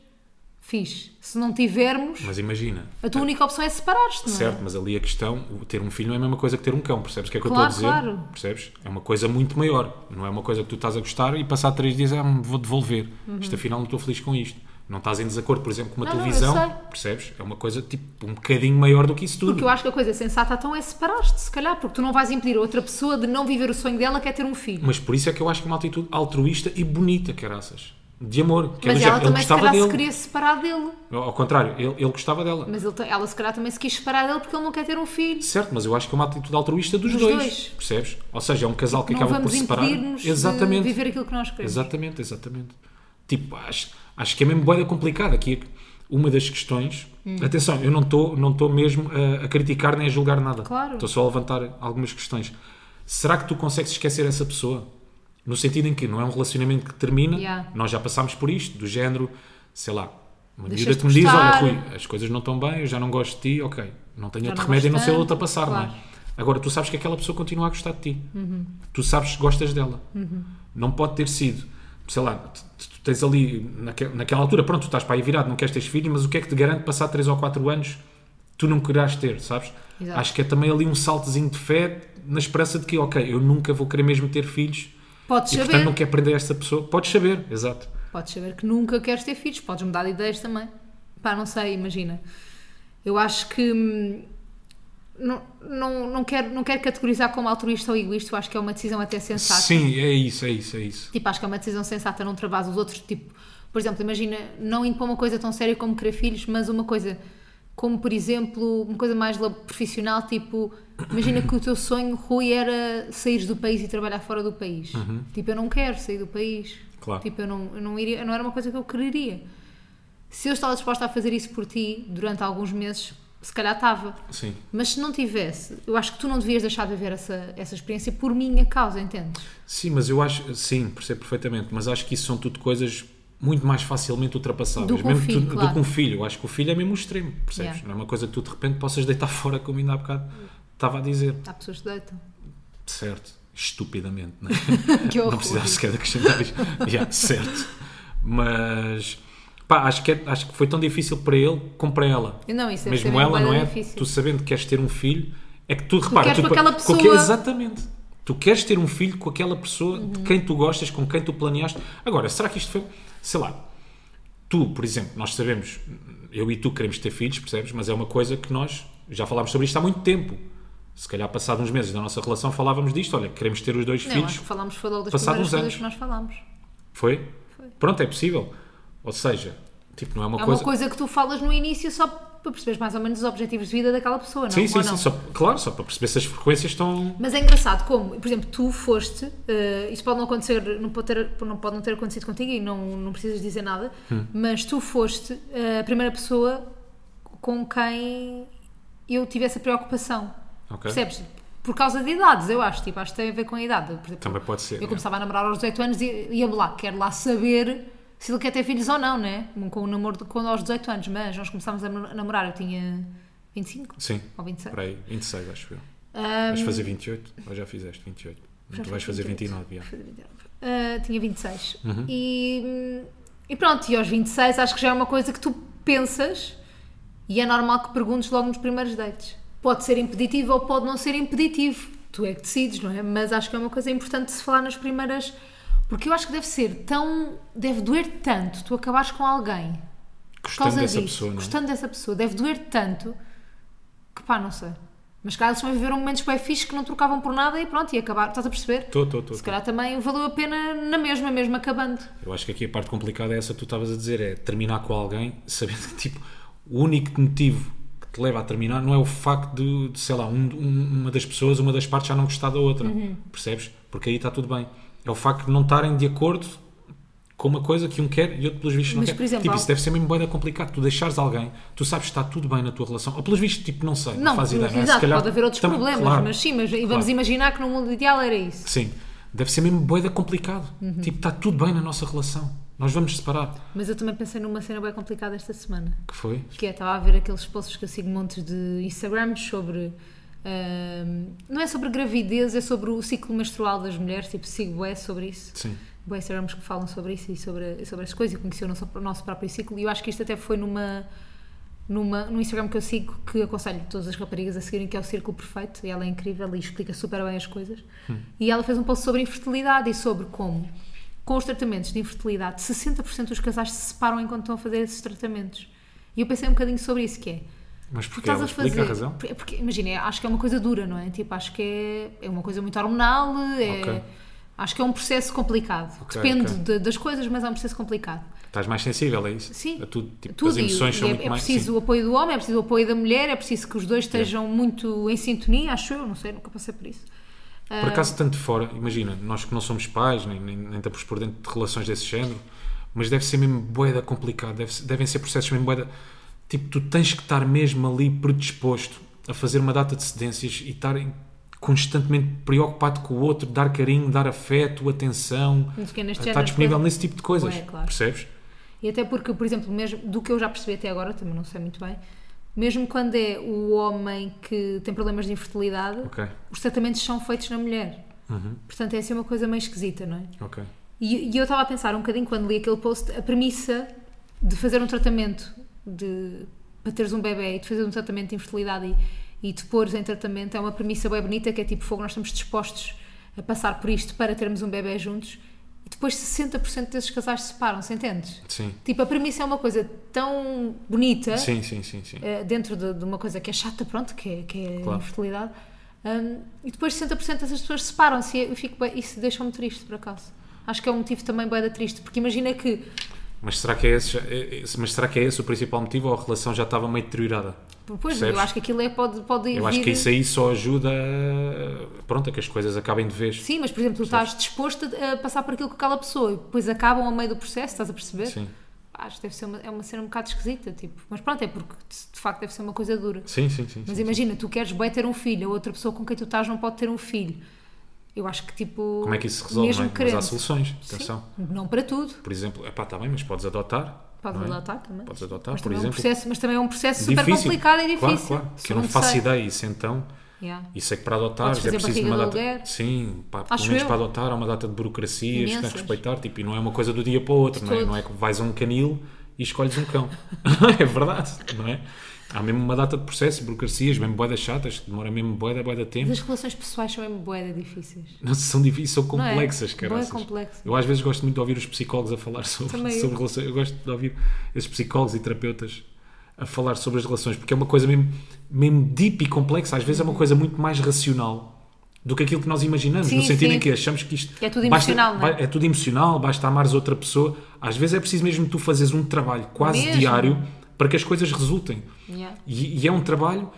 Speaker 1: fixe. Se não tivermos,
Speaker 2: Mas imagina.
Speaker 1: a tua única opção é separar-te, não é?
Speaker 2: Uhum. Certo, mas ali a questão, o ter um filho não é a mesma coisa que ter um cão, percebes o que é que
Speaker 1: Claro,
Speaker 2: eu estou a dizer?
Speaker 1: claro.
Speaker 2: Percebes? É uma coisa muito maior, não é uma coisa que tu estás a gostar e passar três dias, ah, me vou devolver. Isto afinal não estou feliz com isto. Não estás em desacordo, por exemplo, com uma
Speaker 1: Uhum. Não, não, eu
Speaker 2: televisão,
Speaker 1: sei.
Speaker 2: percebes? É uma coisa tipo um bocadinho maior do que isso tudo.
Speaker 1: Porque eu acho que a coisa sensata então é separar-te, se calhar, porque tu não vais impedir a outra pessoa de não viver o sonho dela, que é ter um filho.
Speaker 2: Mas por isso é que eu acho que é uma atitude altruísta e bonita, caraças. De amor. Que é
Speaker 1: Mas
Speaker 2: do
Speaker 1: ela
Speaker 2: género, ele
Speaker 1: também se calhar
Speaker 2: gostava
Speaker 1: se
Speaker 2: dele.
Speaker 1: queria separar dele.
Speaker 2: Ao contrário, ele, ele gostava dela.
Speaker 1: Mas ele, ta- ela se calhar também se quis separar dele porque ele não quer ter um filho.
Speaker 2: Certo, mas eu acho que é uma atitude altruísta dos,
Speaker 1: Dos
Speaker 2: dois,
Speaker 1: dois.
Speaker 2: Percebes? Ou seja, é um casal que
Speaker 1: não
Speaker 2: acaba por
Speaker 1: vamos
Speaker 2: separar.
Speaker 1: impedir-nos de
Speaker 2: Exatamente.
Speaker 1: viver aquilo que nós queremos.
Speaker 2: Exatamente, exatamente. Tipo, acho, acho que é mesmo boeda complicada. Aqui uma das questões.
Speaker 1: Hum.
Speaker 2: Atenção, eu não estou não estou mesmo a, a criticar nem a julgar nada.
Speaker 1: Claro.
Speaker 2: Estou só a levantar algumas questões. Será que tu consegues esquecer essa pessoa? No sentido em que não é um relacionamento que termina,
Speaker 1: Yeah.
Speaker 2: nós já passámos por isto, do género, sei lá, uma
Speaker 1: Deixas
Speaker 2: miúda
Speaker 1: de
Speaker 2: que me diz: olha,
Speaker 1: gostar."
Speaker 2: Rui, as coisas não estão bem, eu já não gosto de ti, ok, não tenho
Speaker 1: Já
Speaker 2: outro
Speaker 1: não
Speaker 2: remédio a não
Speaker 1: gosto
Speaker 2: ser outra
Speaker 1: tanto,
Speaker 2: passar, não
Speaker 1: claro. Uhum.
Speaker 2: é? Agora, tu sabes que aquela pessoa continua a gostar de ti. Tu sabes que gostas dela. Não pode ter sido, sei lá, tu, tu tens ali, naque- naquela altura, pronto, tu estás para aí virado, não queres ter filhos, mas o que é que te garante passar 3 ou 4 anos tu não querás ter, sabes?
Speaker 1: Exato.
Speaker 2: Acho que é também ali um saltezinho de fé na esperança de que, ok, eu nunca vou querer mesmo ter filhos
Speaker 1: Podes
Speaker 2: e,
Speaker 1: saber,
Speaker 2: portanto, não quero perder esta pessoa. Podes saber, exato.
Speaker 1: podes saber que nunca queres ter filhos, podes mudar de ideias também. Pá, não sei, imagina. Eu acho que hum, não, não, não, quero, não quero categorizar como altruísta ou egoísta, eu acho que é uma decisão até sensata.
Speaker 2: Sim, é isso, é isso, é isso.
Speaker 1: Tipo, acho que é uma decisão sensata não travas os outros. Tipo, por exemplo, imagina não indo para uma coisa tão séria como querer filhos, mas uma coisa como, por exemplo, uma coisa mais lab- profissional. Tipo, imagina que o teu sonho, Rui, era sair do país e trabalhar fora do país. Tipo, eu não quero sair do país.
Speaker 2: Claro.
Speaker 1: Tipo, eu não, eu não iria, não era uma coisa que eu quereria. Se eu estava disposta a fazer isso por ti durante alguns meses, se calhar estava.
Speaker 2: Sim.
Speaker 1: Mas se não tivesse, eu acho que tu não devias deixar de viver essa, essa experiência por minha causa, entendes?
Speaker 2: Sim, mas eu acho, sim, percebo perfeitamente, mas acho que isso são tudo coisas muito mais facilmente ultrapassáveis,
Speaker 1: Do que um
Speaker 2: mesmo
Speaker 1: filho,
Speaker 2: tu- do
Speaker 1: claro.
Speaker 2: que um filho. Eu acho que o filho é mesmo o extremo, percebes?
Speaker 1: Yeah.
Speaker 2: Não é uma coisa que tu de repente possas deitar fora, como ainda há bocado estava a dizer,
Speaker 1: Há pessoas que deitam.
Speaker 2: certo, estupidamente, não é?
Speaker 1: Que horror.
Speaker 2: não precisava sequer de acrescentar isto. Já, certo. Mas, pá, acho que, é- acho que foi tão difícil para ele como para ela.
Speaker 1: Não, isso deve ser
Speaker 2: Mesmo
Speaker 1: bem
Speaker 2: ela, não é?
Speaker 1: difícil.
Speaker 2: Tu sabendo que queres ter um filho, é que tu, repara,
Speaker 1: queres com aquela
Speaker 2: com
Speaker 1: pessoa.
Speaker 2: que- exatamente. Tu queres ter um filho com aquela pessoa
Speaker 1: Uhum.
Speaker 2: de quem tu gostas, com quem tu planeaste. Agora, será que isto foi, sei lá, tu, por exemplo, nós sabemos, eu e tu queremos ter filhos, percebes? Mas é uma coisa que nós já falámos sobre isto há muito tempo. Se calhar, passado uns meses da nossa relação, falávamos disto. Olha, queremos ter os dois
Speaker 1: Não,
Speaker 2: filhos.
Speaker 1: acho que falámos foi logo das
Speaker 2: Passado
Speaker 1: primeiras
Speaker 2: uns
Speaker 1: coisas
Speaker 2: anos.
Speaker 1: que nós falámos.
Speaker 2: Foi? Pronto, é possível. Ou seja, tipo, não é uma
Speaker 1: É
Speaker 2: coisa.
Speaker 1: uma coisa que tu falas no início só para perceberes mais ou menos os objetivos de vida daquela pessoa, não?
Speaker 2: Sim,
Speaker 1: Ou
Speaker 2: sim,
Speaker 1: não?
Speaker 2: sim. Só, claro, só para perceber se as frequências estão.
Speaker 1: Mas é engraçado como, por exemplo, tu foste, eh, isso pode não acontecer, não pode, ter, não pode não ter acontecido contigo e não, não precisas dizer nada,
Speaker 2: Hum.
Speaker 1: mas tu foste eh, a primeira pessoa com quem eu tive essa preocupação.
Speaker 2: Ok.
Speaker 1: Percebes? Por causa de idades, eu acho, tipo, acho que tem a ver com a idade. Por exemplo,
Speaker 2: Também pode ser, é?
Speaker 1: Eu
Speaker 2: yeah.
Speaker 1: começava a namorar aos 18 anos e ia lá, quero lá saber se ele quer ter filhos ou não, né? Com o namoro de, quando aos 18 anos, mas nós começámos a namorar, eu tinha 25
Speaker 2: Sim.
Speaker 1: ou 26.
Speaker 2: Espera aí, 26, acho eu.
Speaker 1: Ah,
Speaker 2: Vais fazer 28? Ou já fizeste 28?
Speaker 1: Já
Speaker 2: tu Então vais
Speaker 1: fiz
Speaker 2: fazer
Speaker 1: 28.
Speaker 2: 29, já.
Speaker 1: Fazer 29. Ah, tinha 26.
Speaker 2: Uhum.
Speaker 1: E, e pronto, e aos 26 acho que já é uma coisa que tu pensas e é normal que perguntes logo nos primeiros dates. Pode ser impeditivo ou pode não ser impeditivo. Tu é que decides, não é? Mas acho que é uma coisa importante de se falar nas primeiras. Porque eu acho que deve ser tão. deve doer tanto tu acabares com alguém por
Speaker 2: Gostando
Speaker 1: causa
Speaker 2: dessa
Speaker 1: disso,
Speaker 2: pessoa, não é?
Speaker 1: gostando dessa pessoa, deve doer tanto que pá, não sei. Mas cá eles também viveram momentos bem fixos que não trocavam por nada e pronto, e acabaram. Estás a perceber?
Speaker 2: Estou, estou, estou.
Speaker 1: Se calhar também valeu a pena na mesma, mesmo acabando.
Speaker 2: Eu acho que aqui a parte complicada é essa que tu estavas a dizer, é terminar com alguém sabendo que, tipo, o único motivo que te leva a terminar não é o facto de, de, sei lá, um- um- uma das pessoas, uma das partes já não gostar da outra,
Speaker 1: Uhum.
Speaker 2: percebes? Porque aí está tudo bem. É o facto de não estarem de acordo com uma coisa que um quer e outro, pelos vistos, não
Speaker 1: Mas,
Speaker 2: quer.
Speaker 1: por exemplo,
Speaker 2: tipo,
Speaker 1: há- um
Speaker 2: isso deve ser mesmo bem complicado. Tu deixares alguém, tu sabes que está tudo bem na tua relação, ou pelos vistos, tipo, não sei, não,
Speaker 1: Não,
Speaker 2: faz ideia. não é? Se
Speaker 1: exato,
Speaker 2: calhar
Speaker 1: pode haver outros
Speaker 2: também-
Speaker 1: problemas,
Speaker 2: claro,
Speaker 1: mas sim, mas e vamos
Speaker 2: claro.
Speaker 1: imaginar que no mundo ideal era isso.
Speaker 2: Sim, deve ser mesmo boeda complicado.
Speaker 1: Uhum.
Speaker 2: Tipo, está tudo bem na nossa relação. Nós vamos separar.
Speaker 1: Mas eu também pensei numa cena bem complicada esta semana.
Speaker 2: Que foi?
Speaker 1: Que é, estava a ver aqueles posts que eu sigo montes de Instagram sobre. ahm, não é sobre gravidez, é sobre o ciclo menstrual das mulheres, tipo, sigo é sobre isso.
Speaker 2: Sim.
Speaker 1: Boas Instagrams que falam sobre isso e sobre, sobre as coisas e conhecer o nosso, o nosso próprio ciclo. E eu acho que isto até foi numa, numa, num Instagram que eu sigo que aconselho todas as raparigas a seguirem, que é o Círculo Perfeito. E ela é incrível e explica super bem as coisas. E ela fez um post sobre infertilidade e sobre como com os tratamentos de infertilidade, 60% dos casais se separam enquanto estão a fazer esses tratamentos. E eu pensei um bocadinho sobre isso, que é...
Speaker 2: Mas
Speaker 1: tu
Speaker 2: porque
Speaker 1: estás a
Speaker 2: ela explica
Speaker 1: fazer...
Speaker 2: a razão?
Speaker 1: Porque- Porque, imagina, eu acho que é uma coisa dura, não é? Tipo, acho que é, é uma coisa muito hormonal, é-
Speaker 2: Ok.
Speaker 1: acho que é um processo complicado.
Speaker 2: Ok,
Speaker 1: Depende
Speaker 2: ok.
Speaker 1: de- das coisas, mas é um processo complicado.
Speaker 2: Estás mais sensível a isso?
Speaker 1: Sim.
Speaker 2: A tudo, tipo,
Speaker 1: Tudo
Speaker 2: as emoções
Speaker 1: e
Speaker 2: são
Speaker 1: é,
Speaker 2: muito
Speaker 1: é
Speaker 2: mais...
Speaker 1: preciso
Speaker 2: sim.
Speaker 1: o apoio do homem, é preciso o apoio da mulher, é preciso que os dois estejam muito em sintonia, acho eu, não sei, nunca passei por isso.
Speaker 2: Por acaso, tanto de fora, imagina, nós que não somos pais, nem, nem, nem estamos por dentro de relações desse género, mas deve ser mesmo boeda complicado, deve, ser- devem ser processos mesmo boeda. Tipo, tu tens que estar mesmo ali predisposto a fazer uma data de cedências e estar constantemente preocupado com o outro, dar carinho, dar afeto, atenção,
Speaker 1: Não sei o quê, neste
Speaker 2: estar
Speaker 1: género,
Speaker 2: disponível
Speaker 1: coisa-
Speaker 2: nesse tipo de coisas.
Speaker 1: Bué, claro.
Speaker 2: Percebes?
Speaker 1: E até porque, por exemplo, mesmo do que eu já percebi até agora, também não sei muito bem, mesmo quando é o homem que tem problemas de infertilidade,
Speaker 2: Ok, Uhum.
Speaker 1: os tratamentos são feitos na mulher. Portanto, é assim uma coisa meio esquisita, não é?
Speaker 2: ok.
Speaker 1: E, e eu estava a pensar um bocadinho quando li aquele post, a premissa de fazer um tratamento de, para teres um bebê e de fazer um tratamento de infertilidade e, e te pôres em tratamento é uma premissa bem bonita que é tipo fogo, nós estamos dispostos a passar por isto para termos um bebê juntos e depois 60% desses casais se separam-se, entendes?
Speaker 2: Sim.
Speaker 1: Tipo, a premissa é uma coisa tão bonita
Speaker 2: Sim, sim, sim, sim.
Speaker 1: eh, dentro de, de uma coisa que é chata, pronto, que é, que é
Speaker 2: Claro.
Speaker 1: infertilidade. Hum, e depois 60% dessas pessoas separam-se e eu fico bem, isso deixa-me triste, por acaso. Acho que é um motivo também bem da triste, porque imagina que
Speaker 2: Mas será que é esse, já- é- é- mas será que é esse o principal motivo ou a relação já estava meio deteriorada?
Speaker 1: depois eu
Speaker 2: Percebes?
Speaker 1: acho que aquilo é, pode, pode
Speaker 2: Eu acho
Speaker 1: vir-
Speaker 2: que isso é aí só ajuda a- pronto, a que as coisas acabem de vez.
Speaker 1: Sim, mas por exemplo, tu estás disposto a a passar por aquilo que aquela pessoa e depois acabam ao meio do processo, estás a perceber?
Speaker 2: Sim.
Speaker 1: Acho que deve ser uma, é uma cena um bocado esquisita, tipo. Mas pronto, é porque de de facto deve ser uma coisa dura.
Speaker 2: Sim, sim, sim.
Speaker 1: Mas
Speaker 2: sim.
Speaker 1: imagina, tu queres bem ter um filho, a outra pessoa com quem tu estás não pode ter um filho. Eu acho que tipo.
Speaker 2: Como é que isso se resolve?
Speaker 1: Mesmo
Speaker 2: não é? Mas
Speaker 1: querendo.
Speaker 2: há soluções,
Speaker 1: Sim,
Speaker 2: atenção.
Speaker 1: não para tudo.
Speaker 2: Por exemplo, epá, está bem, mas podes adotar.
Speaker 1: Podes
Speaker 2: não é?
Speaker 1: adotar também.
Speaker 2: Podes adotar,
Speaker 1: Mas
Speaker 2: por
Speaker 1: também, é um
Speaker 2: exemplo.
Speaker 1: processo, mas também é um processo super
Speaker 2: Difícil.
Speaker 1: complicado e
Speaker 2: Claro,
Speaker 1: difícil.
Speaker 2: claro, que eu não
Speaker 1: segundo
Speaker 2: faço
Speaker 1: sei.
Speaker 2: ideia. Isso então,
Speaker 1: Yeah.
Speaker 2: isso é que para adotar
Speaker 1: Podes
Speaker 2: é
Speaker 1: fazer
Speaker 2: preciso uma
Speaker 1: barriga de
Speaker 2: data.
Speaker 1: aluguer.
Speaker 2: Sim, pá, pelo
Speaker 1: Acho
Speaker 2: menos
Speaker 1: eu.
Speaker 2: para adotar há uma data de burocracias que tens
Speaker 1: Imensas.
Speaker 2: que respeitar tipo, e não é uma coisa do dia para o outro, não é?
Speaker 1: todo.
Speaker 2: Não é que vais a um canil e escolhes um cão. é verdade, não é? Há mesmo uma data de processo, burocracias, mesmo boedas chatas, que demora mesmo boeda, boeda tempo.
Speaker 1: Mas as relações pessoais são mesmo boeda difíceis.
Speaker 2: Não, são difíceis, são
Speaker 1: é?
Speaker 2: complexas,
Speaker 1: Bué
Speaker 2: caraças.
Speaker 1: complexo.
Speaker 2: Eu às vezes gosto muito de ouvir os psicólogos a falar sobre,
Speaker 1: Também eu.
Speaker 2: sobre relações. Eu gosto de ouvir esses psicólogos e terapeutas a falar sobre as relações, porque é uma coisa mesmo, mesmo deep e complexa. Às vezes é uma coisa muito mais racional do que aquilo que nós imaginamos,
Speaker 1: Sim,
Speaker 2: no sentido
Speaker 1: sim.
Speaker 2: em que achamos que isto...
Speaker 1: Que é tudo
Speaker 2: basta-
Speaker 1: emocional, não é?
Speaker 2: ba- tudo emocional, basta amares outra pessoa. Às vezes é preciso mesmo tu fazeres um trabalho quase
Speaker 1: Mesmo.
Speaker 2: diário para que as coisas resultem.
Speaker 1: Yeah.
Speaker 2: E, e é um trabalho,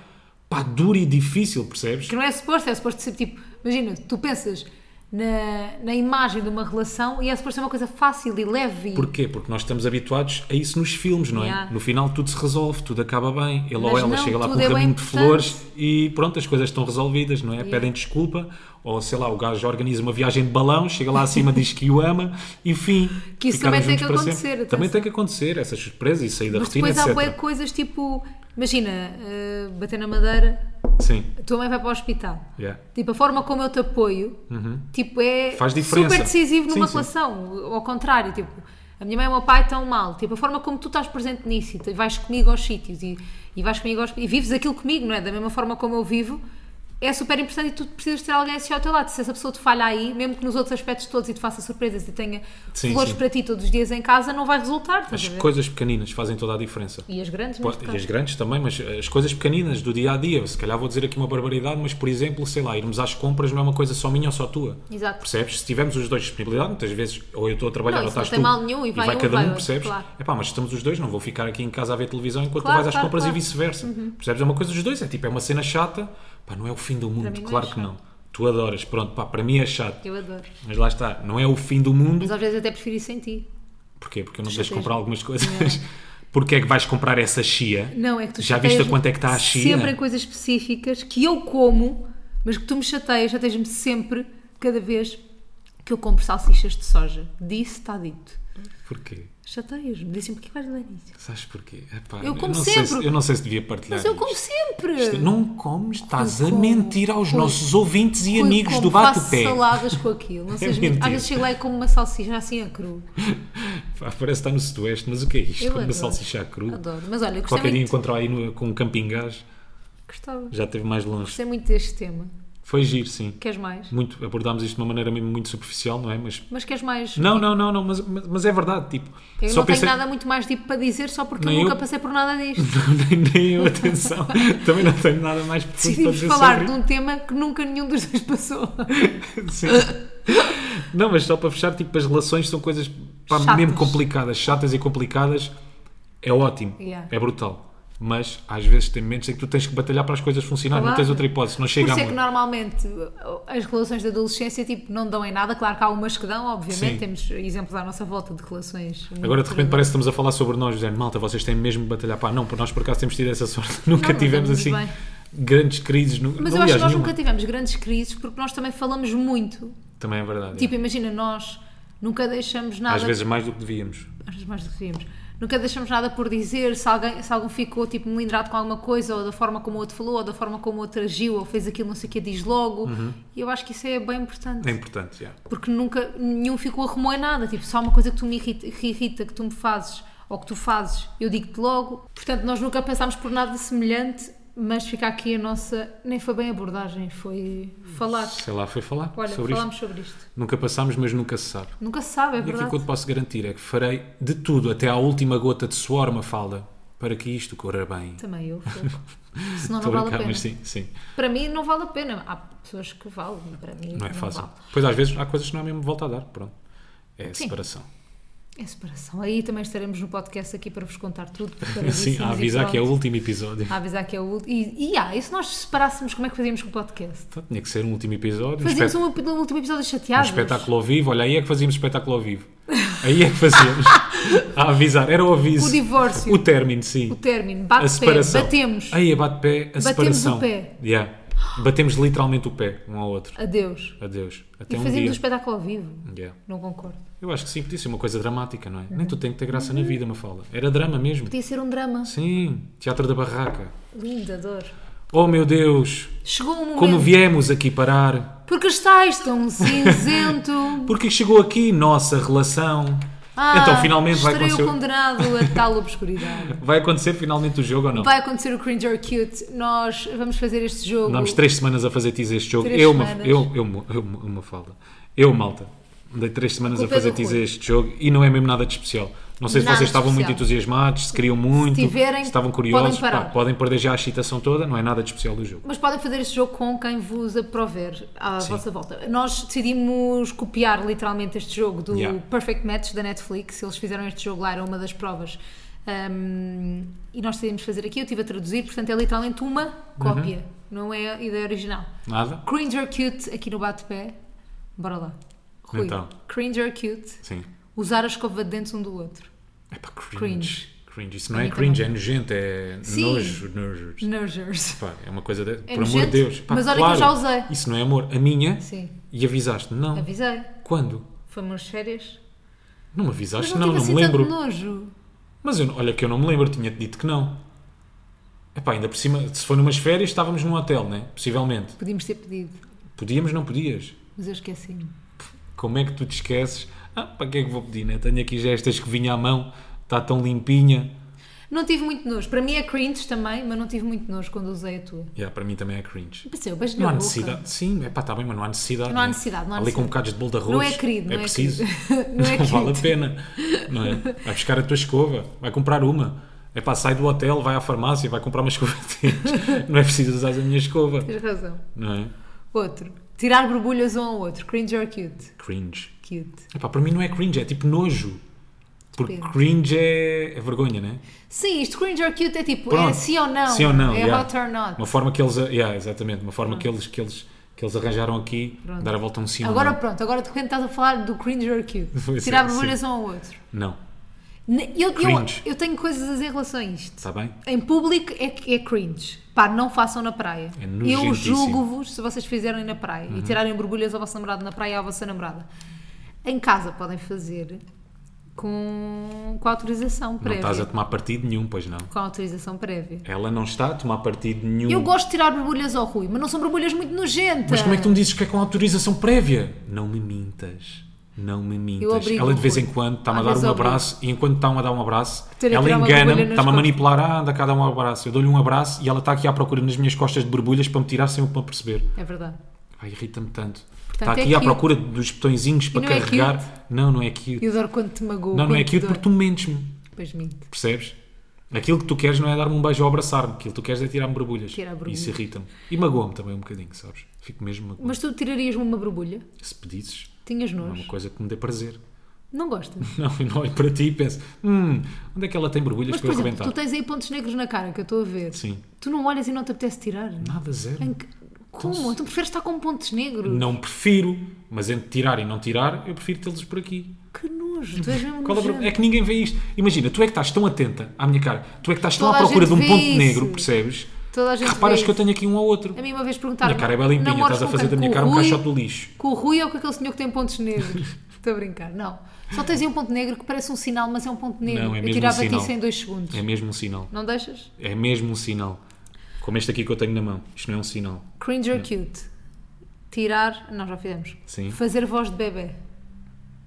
Speaker 2: pá, duro e difícil, percebes?
Speaker 1: Que não é suposto, é suposto ser tipo. Imagina, tu pensas na, na imagem de uma relação e é suposto ser uma coisa fácil e leve. e-
Speaker 2: Porquê? Porque nós estamos habituados a isso nos filmes, não é?
Speaker 1: Yeah.
Speaker 2: No final tudo se resolve, tudo acaba bem. Ele ou
Speaker 1: Mas
Speaker 2: ela
Speaker 1: não,
Speaker 2: chega lá com um
Speaker 1: tudo é bem
Speaker 2: raminho de
Speaker 1: importante.
Speaker 2: flores e pronto, as coisas estão resolvidas, não é? Pedem desculpa, ou sei lá, o gajo organiza uma viagem de balão, chega lá acima, diz que o ama, enfim.
Speaker 1: Que isso
Speaker 2: ficaram
Speaker 1: também tem
Speaker 2: juntos
Speaker 1: que
Speaker 2: para sempre.
Speaker 1: acontecer, atenção.
Speaker 2: Também tem que acontecer, essas surpresas e sair da
Speaker 1: Mas
Speaker 2: rotina,
Speaker 1: depois há
Speaker 2: etc.
Speaker 1: bué coisas tipo. Imagina, eh, bater na madeira,
Speaker 2: Sim,
Speaker 1: a tua mãe vai para o hospital.
Speaker 2: yeah.
Speaker 1: Tipo, a forma como eu te apoio tipo, é
Speaker 2: Uhum. Faz diferença.
Speaker 1: super decisivo numa
Speaker 2: Sim, sim.
Speaker 1: relação. Ao contrário, tipo, a minha mãe e o meu pai estão mal. Tipo, a forma como tu estás presente nisso e te- vais comigo aos sítios e, e vais comigo aos, e vives aquilo comigo, não é? Da mesma forma como eu vivo, é super importante e tu precisas ter alguém assim ao teu lado. Se essa pessoa te falha aí, mesmo que nos outros aspectos todos e te faça surpresas e tenha
Speaker 2: Sim,
Speaker 1: flores
Speaker 2: sim.
Speaker 1: para ti todos os dias em casa, não vai resultar. estás
Speaker 2: As
Speaker 1: a ver?
Speaker 2: coisas pequeninas fazem toda a diferença.
Speaker 1: E as grandes,
Speaker 2: Pô,
Speaker 1: neste
Speaker 2: E as
Speaker 1: caso.
Speaker 2: grandes também, mas eh, as coisas pequeninas do dia a dia. Se calhar vou dizer aqui uma barbaridade, mas por exemplo, sei lá, irmos às compras não é uma coisa só minha ou só tua.
Speaker 1: Exato.
Speaker 2: Percebes? Se tivermos os dois disponibilidade, muitas vezes ou eu estou a trabalhar
Speaker 1: Não,
Speaker 2: ou
Speaker 1: isso não
Speaker 2: estás
Speaker 1: tem
Speaker 2: tu.
Speaker 1: mal nenhum, e vai um,
Speaker 2: cada
Speaker 1: vai
Speaker 2: um,
Speaker 1: outro,
Speaker 2: percebes?
Speaker 1: claro.
Speaker 2: Epá, mas estamos os dois, não vou ficar aqui em casa a ver televisão enquanto
Speaker 1: Claro,
Speaker 2: tu vais às
Speaker 1: claro,
Speaker 2: compras
Speaker 1: claro. Uhum.
Speaker 2: e vice-versa. Percebes? É uma coisa dos dois, é tipo, é uma cena chata, pá, não é o fim do
Speaker 1: mim
Speaker 2: mundo,
Speaker 1: não é
Speaker 2: claro que
Speaker 1: chato.
Speaker 2: não. Tu adoras, pronto, pá, para mim é chato.
Speaker 1: Eu adoro.
Speaker 2: Mas lá está, não é o fim do mundo,
Speaker 1: Mas às vezes até prefiro ir sem ti.
Speaker 2: Porquê? Porque eu não deixo
Speaker 1: Chateias-me.
Speaker 2: comprar algumas coisas. Porque é que vais comprar essa chia?
Speaker 1: Não, é que tu
Speaker 2: Já viste a
Speaker 1: chateias-me
Speaker 2: quanto é que está a chia?
Speaker 1: Sempre em coisas específicas que eu como, mas que tu me chateias, chateias-me sempre, cada vez que eu compro salsichas de soja. Disse, está dito.
Speaker 2: Porquê?
Speaker 1: Chateias-me, dizem-me porquê vais ler isso.
Speaker 2: Sabes porquê? Epá,
Speaker 1: Eu como
Speaker 2: não Sei
Speaker 1: sempre.
Speaker 2: se, eu não sei se devia partilhar.
Speaker 1: Mas eu como
Speaker 2: isto.
Speaker 1: sempre!
Speaker 2: Isto- é- Não comes, estás
Speaker 1: Eu
Speaker 2: a
Speaker 1: como.
Speaker 2: mentir aos
Speaker 1: Eu-
Speaker 2: nossos ouvintes e
Speaker 1: Eu
Speaker 2: amigos
Speaker 1: como,
Speaker 2: do
Speaker 1: Faço
Speaker 2: bate-pé. É
Speaker 1: saladas com aquilo. Não sejas muito-
Speaker 2: mentira.
Speaker 1: Às vezes chego lá e como uma salsicha assim a cru.
Speaker 2: Pá, Parece que está no sudoeste, mas o que é isto?
Speaker 1: Eu
Speaker 2: Como uma
Speaker 1: adoro.
Speaker 2: salsicha à cru.
Speaker 1: Adoro. Mas olha, eu gostei
Speaker 2: Uh. Qualquer dia
Speaker 1: muito,
Speaker 2: encontrar aí no- com um camping gás,
Speaker 1: gostava.
Speaker 2: já esteve mais longe.
Speaker 1: Gostei muito deste tema.
Speaker 2: Foi giro, sim.
Speaker 1: Queres mais?
Speaker 2: Muito, abordámos isto de uma maneira mesmo muito superficial, não é? Mas.
Speaker 1: Mas queres mais?
Speaker 2: Não, não, não, não, mas, mas mas é verdade, tipo.
Speaker 1: Eu não tenho nada muito mais tipo para dizer só porque eu
Speaker 2: Nem
Speaker 1: nunca
Speaker 2: eu.
Speaker 1: passei por nada disto.
Speaker 2: nem, nem eu, atenção. Também não tenho nada mais para para
Speaker 1: Decidimos
Speaker 2: dizer
Speaker 1: falar
Speaker 2: sobre
Speaker 1: de um tema que nunca nenhum dos dois passou.
Speaker 2: Sim. Não, mas só para fechar, tipo, as relações são coisas pá,
Speaker 1: Chatas.
Speaker 2: mesmo complicadas, chatas e complicadas. É ótimo,
Speaker 1: Yeah.
Speaker 2: é brutal. Mas às vezes tem momentos em que tu tens que batalhar para as coisas funcionarem, não
Speaker 1: Claro.
Speaker 2: tens outra hipótese, não
Speaker 1: Por
Speaker 2: chega a
Speaker 1: isso é que
Speaker 2: muito.
Speaker 1: normalmente as relações da adolescência tipo, não dão em nada. Claro que há umas que dão, obviamente.
Speaker 2: Sim.
Speaker 1: Temos exemplos à nossa volta de relações. hum. muito
Speaker 2: Agora de repente
Speaker 1: terríveis.
Speaker 2: parece que estamos a falar sobre nós, dizendo malta, vocês têm mesmo de batalhar. Pá, não, por nós por acaso temos tido essa sorte, nunca
Speaker 1: não
Speaker 2: tivemos
Speaker 1: estamos
Speaker 2: assim
Speaker 1: bem.
Speaker 2: grandes crises. nu-
Speaker 1: Mas eu acho
Speaker 2: aliás,
Speaker 1: que nós
Speaker 2: nenhuma.
Speaker 1: nunca tivemos grandes crises porque nós também falamos muito.
Speaker 2: Também é verdade.
Speaker 1: Tipo, imagina, nós nunca deixamos
Speaker 2: é.
Speaker 1: nada.
Speaker 2: Às vezes mais do que devíamos.
Speaker 1: Às vezes mais do que devíamos. Nunca deixamos nada por dizer. Se, alguém, se algum ficou tipo melindrado com alguma coisa, ou da forma como o outro falou, ou da forma como o outro agiu, ou fez aquilo, não sei o que, diz logo.
Speaker 2: Uhum.
Speaker 1: E eu acho que isso é bem importante.
Speaker 2: É importante, já.
Speaker 1: Porque nunca, nenhum ficou a remoer nada. Tipo, se há uma coisa que tu me irrita, que irrita, que tu me fazes, ou que tu fazes, eu digo-te logo. Portanto, nós nunca passámos por nada semelhante, mas fica aqui a nossa. Nem foi bem abordagem, foi falar.
Speaker 2: Sei lá, foi falar
Speaker 1: Olha,
Speaker 2: sobre isto.
Speaker 1: falámos sobre isto.
Speaker 2: Nunca passámos, mas nunca se sabe.
Speaker 1: Nunca se sabe, é
Speaker 2: E aquilo
Speaker 1: verdade.
Speaker 2: que eu te posso garantir é que farei de tudo, até à última gota de suor, uma falda, para que isto corra bem.
Speaker 1: Também eu, fogo. Senão não
Speaker 2: Estou a
Speaker 1: vale a
Speaker 2: brincar,
Speaker 1: pena.
Speaker 2: mas sim, sim.
Speaker 1: Para mim não vale a pena. Há pessoas que valem, para mim
Speaker 2: Não é fácil.
Speaker 1: vale.
Speaker 2: Pois às vezes há coisas que não há mesmo volta a dar. Pronto. É a
Speaker 1: Sim.
Speaker 2: separação.
Speaker 1: É separação. Aí também estaremos no podcast aqui para vos contar tudo.
Speaker 2: Sim,
Speaker 1: preparadíssimos e
Speaker 2: a avisar que é o
Speaker 1: prontos.
Speaker 2: último episódio.
Speaker 1: A avisar que é o último. E, e, ah, e se nós separássemos, como é que fazíamos com o podcast?
Speaker 2: Então, tinha que ser um último episódio. Um,
Speaker 1: Fazíamos
Speaker 2: espet-
Speaker 1: um, ep- um último episódio
Speaker 2: um
Speaker 1: chateado.
Speaker 2: espetáculo ao vivo. Olha, aí é que fazíamos espetáculo ao vivo. Aí é que fazíamos. a avisar. Era o aviso.
Speaker 1: O divórcio.
Speaker 2: O término, sim.
Speaker 1: O término. Bate
Speaker 2: a separação.
Speaker 1: pé. Batemos.
Speaker 2: Aí, bate-pé, a separação.
Speaker 1: o pé.
Speaker 2: Yeah. Batemos literalmente o pé um ao outro.
Speaker 1: Adeus.
Speaker 2: Adeus. Até
Speaker 1: E
Speaker 2: um
Speaker 1: fazíamos
Speaker 2: dia.
Speaker 1: um espetáculo ao vivo.
Speaker 2: Yeah.
Speaker 1: Não concordo.
Speaker 2: Eu acho que sim, podia ser uma coisa dramática, não é? Nem tu tem que ter graça na vida, Mafalda. Era drama mesmo.
Speaker 1: Uhum. Podia ser um drama.
Speaker 2: Sim, teatro da barraca.
Speaker 1: Linda, dor.
Speaker 2: Oh meu Deus,
Speaker 1: Chegou um momento.
Speaker 2: como viemos aqui parar?
Speaker 1: Porque estás tão cinzento.
Speaker 2: Porque chegou aqui nossa relação.
Speaker 1: Ah,
Speaker 2: então finalmente vai
Speaker 1: estarei
Speaker 2: acontecer.
Speaker 1: o condenado a tal obscuridade.
Speaker 2: Vai acontecer finalmente o jogo ou não?
Speaker 1: Vai acontecer o Cringe or Cute. Nós vamos fazer este jogo.
Speaker 2: Andámos três semanas a fazer teaser este jogo.
Speaker 1: Três
Speaker 2: Eu, uma,
Speaker 1: semanas.
Speaker 2: eu, eu, eu, eu, Mafalda. Eu, malta. Andei três semanas a
Speaker 1: Culpa é do
Speaker 2: fazer
Speaker 1: Rui.
Speaker 2: teaser este jogo e não é mesmo nada de especial. Não sei
Speaker 1: Nada
Speaker 2: se vocês estavam
Speaker 1: especial.
Speaker 2: muito entusiasmados, se queriam muito,
Speaker 1: tiverem,
Speaker 2: estavam
Speaker 1: podem
Speaker 2: curiosos. Pá,
Speaker 1: parar.
Speaker 2: podem perder já a excitação toda, não é nada de especial do jogo.
Speaker 1: Mas podem fazer este jogo com quem vos aprover à vossa volta. Nós decidimos copiar literalmente este jogo do
Speaker 2: Yeah.
Speaker 1: Perfect Match da Netflix. Eles fizeram este jogo lá, era uma das provas. Um, e nós decidimos fazer aqui. Eu estive a traduzir, portanto é literalmente uma cópia.
Speaker 2: Uhum.
Speaker 1: Não é a ideia original.
Speaker 2: Nada?
Speaker 1: Cringe or Cute aqui no Bate-Pé. Bora lá. Rui,
Speaker 2: Então.
Speaker 1: Cringe or Cute.
Speaker 2: Sim.
Speaker 1: Usar a escova de dentes um do outro.
Speaker 2: É pá, cringe.
Speaker 1: Cringe.
Speaker 2: cringe. Isso não é
Speaker 1: mim
Speaker 2: cringe, é nojento, é
Speaker 1: Sim.
Speaker 2: nojo, nojo.
Speaker 1: Nurgers.
Speaker 2: Pá, é uma coisa, de... por amor
Speaker 1: nojento?
Speaker 2: de Deus. Pá,
Speaker 1: Mas olha que
Speaker 2: claro,
Speaker 1: eu já usei.
Speaker 2: Isso não é amor. A minha?
Speaker 1: Sim.
Speaker 2: E avisaste? Não.
Speaker 1: Avisei.
Speaker 2: Quando?
Speaker 1: Foi-me às férias.
Speaker 2: Não me avisaste?
Speaker 1: Mas
Speaker 2: não,
Speaker 1: tive
Speaker 2: não
Speaker 1: assim
Speaker 2: me lembro.
Speaker 1: tanto nojo.
Speaker 2: Mas eu, olha que eu não me lembro, tinha-te dito que não. Epá, ainda por cima, se foi numas férias, estávamos num hotel, né? Possivelmente.
Speaker 1: Podíamos ter pedido,
Speaker 2: Podíamos, não podias.
Speaker 1: mas eu esqueci-me.
Speaker 2: Como é que tu te esqueces? Ah, para que é que vou pedir, né? Tenho aqui já esta escovinha à mão, está tão limpinha.
Speaker 1: Não tive muito nojo. Para mim é cringe também, mas não tive muito nojo quando usei a tua.
Speaker 2: Yeah, para mim também é cringe.
Speaker 1: Pensei, eu beijo
Speaker 2: Não
Speaker 1: na
Speaker 2: há
Speaker 1: boca.
Speaker 2: necessidade. Sim, é pá, está bem, mas não há necessidade.
Speaker 1: Não há
Speaker 2: né?
Speaker 1: necessidade, não há
Speaker 2: Ali com
Speaker 1: necessidade.
Speaker 2: bocados de bolo de arroz.
Speaker 1: Não é querido, não é
Speaker 2: preciso.
Speaker 1: querido. Não é
Speaker 2: vale a
Speaker 1: querido.
Speaker 2: pena. Não é? Vai buscar a tua escova, vai comprar uma. É pá, sai do hotel, vai à farmácia, vai comprar uma escova de dentes. Não é preciso usar a minha escova.
Speaker 1: Tens razão.
Speaker 2: Não é?
Speaker 1: Outro. Tirar borbulhas um ao outro. Cringe or cute?
Speaker 2: Cringe.
Speaker 1: Cute.
Speaker 2: É pá, para mim não é cringe, é tipo nojo. Porque
Speaker 1: Depende.
Speaker 2: cringe é, é vergonha, né?
Speaker 1: Sim, isto cringe or cute é tipo, é
Speaker 2: Pronto.
Speaker 1: sim ou não.
Speaker 2: Sim ou não.
Speaker 1: É
Speaker 2: yeah.
Speaker 1: hot or not.
Speaker 2: Uma forma que eles. Yeah, exatamente, uma forma que eles, que, eles, que eles arranjaram aqui,
Speaker 1: Pronto.
Speaker 2: dar a volta a um sim ou
Speaker 1: Agora pronto, agora de repente estás a falar do cringe or cute.
Speaker 2: Pois é,
Speaker 1: Tirar
Speaker 2: sim.
Speaker 1: borbulhas um ao outro.
Speaker 2: não. Não,
Speaker 1: Ne- Eu, eu,
Speaker 2: Cringe.
Speaker 1: eu tenho coisas a dizer em relação a isto.
Speaker 2: está tá bem?
Speaker 1: Em público é, é cringe. Pá, não façam na praia.
Speaker 2: É
Speaker 1: eu
Speaker 2: nojentíssimo. Uhum.
Speaker 1: julgo-vos se vocês fizerem na praia e tirarem borbulhas ao vosso namorado na praia ou à vossa namorada. Em casa podem fazer com, com autorização
Speaker 2: Não
Speaker 1: prévia.
Speaker 2: estás a tomar Hum. partido nenhum, pois não.
Speaker 1: Com autorização prévia.
Speaker 2: Ela não está a tomar partido nenhum.
Speaker 1: Eu gosto de tirar borbulhas ao Rui, mas não são borbulhas muito nojentas.
Speaker 2: Mas como é que tu me dizes que é com autorização prévia? Não me mintas. Não me
Speaker 1: Eu
Speaker 2: mintas.
Speaker 1: obrigo,
Speaker 2: Ela de vez em
Speaker 1: Rui.
Speaker 2: quando está-me a
Speaker 1: Às
Speaker 2: dar
Speaker 1: vezes
Speaker 2: um
Speaker 1: obrigo.
Speaker 2: abraço e enquanto está-me a dar um abraço,
Speaker 1: Terei que
Speaker 2: ela
Speaker 1: tirar uma
Speaker 2: engana-me,
Speaker 1: borbulha nas
Speaker 2: está-me a
Speaker 1: costas.
Speaker 2: manipular. Ah, anda cá a tá dar um abraço. Eu dou-lhe um abraço e ela está aqui à procura nas minhas costas de borbulhas para me tirar sem eu para perceber.
Speaker 1: É verdade.
Speaker 2: Pá, irrita-me tanto.
Speaker 1: Portanto,
Speaker 2: Está
Speaker 1: é
Speaker 2: aqui à
Speaker 1: cute.
Speaker 2: procura dos botõezinhos para
Speaker 1: não é
Speaker 2: carregar.
Speaker 1: cute?
Speaker 2: não, não é cute.
Speaker 1: E adoro quando te magoo.
Speaker 2: Não, não
Speaker 1: quando
Speaker 2: é
Speaker 1: te
Speaker 2: cute
Speaker 1: dói.
Speaker 2: porque tu mentes-me.
Speaker 1: Pois minto.
Speaker 2: Percebes? Aquilo que tu queres não é dar-me um beijo ou abraçar-me. Aquilo que tu queres é tirar-me borbulhas.
Speaker 1: Tirar borbulhas.
Speaker 2: Isso irrita-me. E magoa-me também um bocadinho, sabes? Fico mesmo magoado.
Speaker 1: Mas tu tirarias-me uma borbulha?
Speaker 2: Se pedisses,
Speaker 1: Tinhas
Speaker 2: não é uma
Speaker 1: nojo?
Speaker 2: coisa que me dê prazer.
Speaker 1: Não gostas?
Speaker 2: Não, eu não olho para ti e penso, hum, onde é que ela tem borbulhas
Speaker 1: Mas,
Speaker 2: para
Speaker 1: por
Speaker 2: eu
Speaker 1: exemplo,
Speaker 2: arrebentar?
Speaker 1: tu tens aí pontos negros na cara, que eu estou a ver.
Speaker 2: Sim.
Speaker 1: Tu não olhas e não te apetece tirar?
Speaker 2: Nada, zero.
Speaker 1: Em que- Como? Tu preferes estar com pontos negros?
Speaker 2: Então Não prefiro, mas entre tirar e não tirar, eu prefiro tê-los por aqui.
Speaker 1: Que nojo, tu és mesmo
Speaker 2: Qual é
Speaker 1: nojento.
Speaker 2: o problema? É que ninguém vê isto. Imagina, tu é que estás tão atenta à minha cara, tu é que estás tão
Speaker 1: Toda
Speaker 2: à
Speaker 1: a
Speaker 2: procura de
Speaker 1: gente
Speaker 2: um
Speaker 1: vê
Speaker 2: ponto
Speaker 1: isso.
Speaker 2: negro, percebes?
Speaker 1: Toda a gente
Speaker 2: Reparas
Speaker 1: vê
Speaker 2: que eu
Speaker 1: isso.
Speaker 2: tenho aqui um ao outro.
Speaker 1: A mim uma vez perguntaram
Speaker 2: Minha cara é bem limpinha, estás a fazer da minha cara um caixote do lixo.
Speaker 1: Com o Rui ou com aquele senhor que tem pontos negros? Estou a brincar, não. Só tens aí um ponto negro que parece um sinal, mas é um ponto negro.
Speaker 2: Não, é
Speaker 1: eu
Speaker 2: mesmo um
Speaker 1: tirava-te
Speaker 2: sinal.
Speaker 1: isso em dois segundos.
Speaker 2: É mesmo um sinal.
Speaker 1: Não deixas?
Speaker 2: É mesmo um sinal. Como este aqui que eu tenho na mão. Isto não é um sinal.
Speaker 1: Cringe or cute? Tirar. Não, já fizemos.
Speaker 2: Sim.
Speaker 1: Fazer voz de bebê.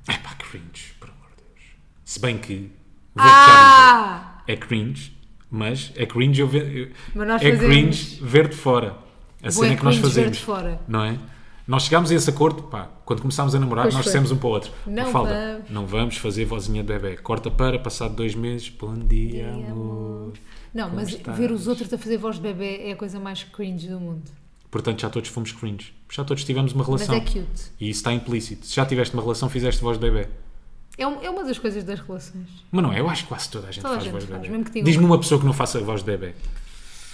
Speaker 2: É pá, cringe, por amor de Deus. Se bem que. vou já
Speaker 1: Ah!
Speaker 2: dizer, É cringe, mas é cringe eu ver. eu-
Speaker 1: Mas nós
Speaker 2: é
Speaker 1: fazemos.
Speaker 2: cringe ver de fora. A cena que nós
Speaker 1: cringe ver
Speaker 2: fazemos.
Speaker 1: de fora.
Speaker 2: Não é? Nós chegámos a esse acordo, pá, quando começámos a namorar,
Speaker 1: Pois
Speaker 2: nós
Speaker 1: foi.
Speaker 2: dissemos um para o outro.
Speaker 1: Não
Speaker 2: Mafalda,
Speaker 1: vamos.
Speaker 2: não vamos fazer vozinha de bebê. Corta para, passado dois meses, bom dia,
Speaker 1: Bom dia,
Speaker 2: amor.
Speaker 1: Não,
Speaker 2: Como
Speaker 1: mas
Speaker 2: estás?
Speaker 1: ver os outros a fazer voz de bebê é a coisa mais cringe do mundo.
Speaker 2: Portanto, já todos fomos cringe. Já todos tivemos uma
Speaker 1: Mas
Speaker 2: relação.
Speaker 1: é cute.
Speaker 2: E isso está implícito. Se já tiveste uma relação, fizeste voz de bebê.
Speaker 1: É, um- é uma das coisas das relações.
Speaker 2: Mas não é, eu acho que quase toda a gente
Speaker 1: Toda a
Speaker 2: faz
Speaker 1: gente
Speaker 2: voz de
Speaker 1: faz,
Speaker 2: bebê.
Speaker 1: mesmo que tenha um
Speaker 2: Diz-me uma pessoa que não faça voz de bebê.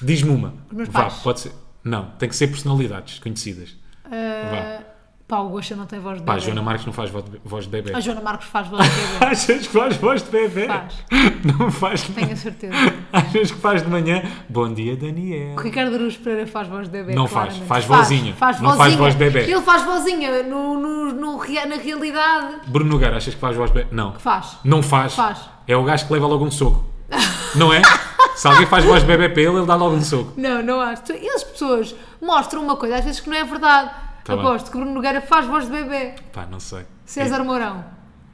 Speaker 2: Diz-me uma.
Speaker 1: meus
Speaker 2: Vá,
Speaker 1: pais.
Speaker 2: pode ser. Não, tem que ser personalidades conhecidas.
Speaker 1: Ah, Pá, o Gosha não tem voz de
Speaker 2: Pá,
Speaker 1: bebê.
Speaker 2: Joana Marques não faz vo- voz de bebê.
Speaker 1: A Joana Marcos faz voz de bebê.
Speaker 2: Achas que faz voz de bebê?
Speaker 1: Faz.
Speaker 2: Não faz.
Speaker 1: Tenho a certeza.
Speaker 2: Achas que faz de manhã? Bom dia, Daniel.
Speaker 1: O Ricardo Aruz Pereira faz voz de bebê.
Speaker 2: Não faz,
Speaker 1: claramente.
Speaker 2: faz vozinha. Não faz voz de bebê.
Speaker 1: Ele faz vozinha no, no, no rea- na realidade.
Speaker 2: Bruno Nogueira, achas que faz voz de bebê? Não.
Speaker 1: Faz.
Speaker 2: Não faz.
Speaker 1: Faz.
Speaker 2: É o gajo que leva logo um soco. não é? Se alguém faz voz de bebê para ele, ele dá logo um soco.
Speaker 1: Não, não acho. Tu- E as pessoas mostram uma coisa às vezes que não é verdade.
Speaker 2: Tá bem.
Speaker 1: Aposto que Bruno Nogueira faz voz de bebê.
Speaker 2: Pá, não sei.
Speaker 1: César Mourão.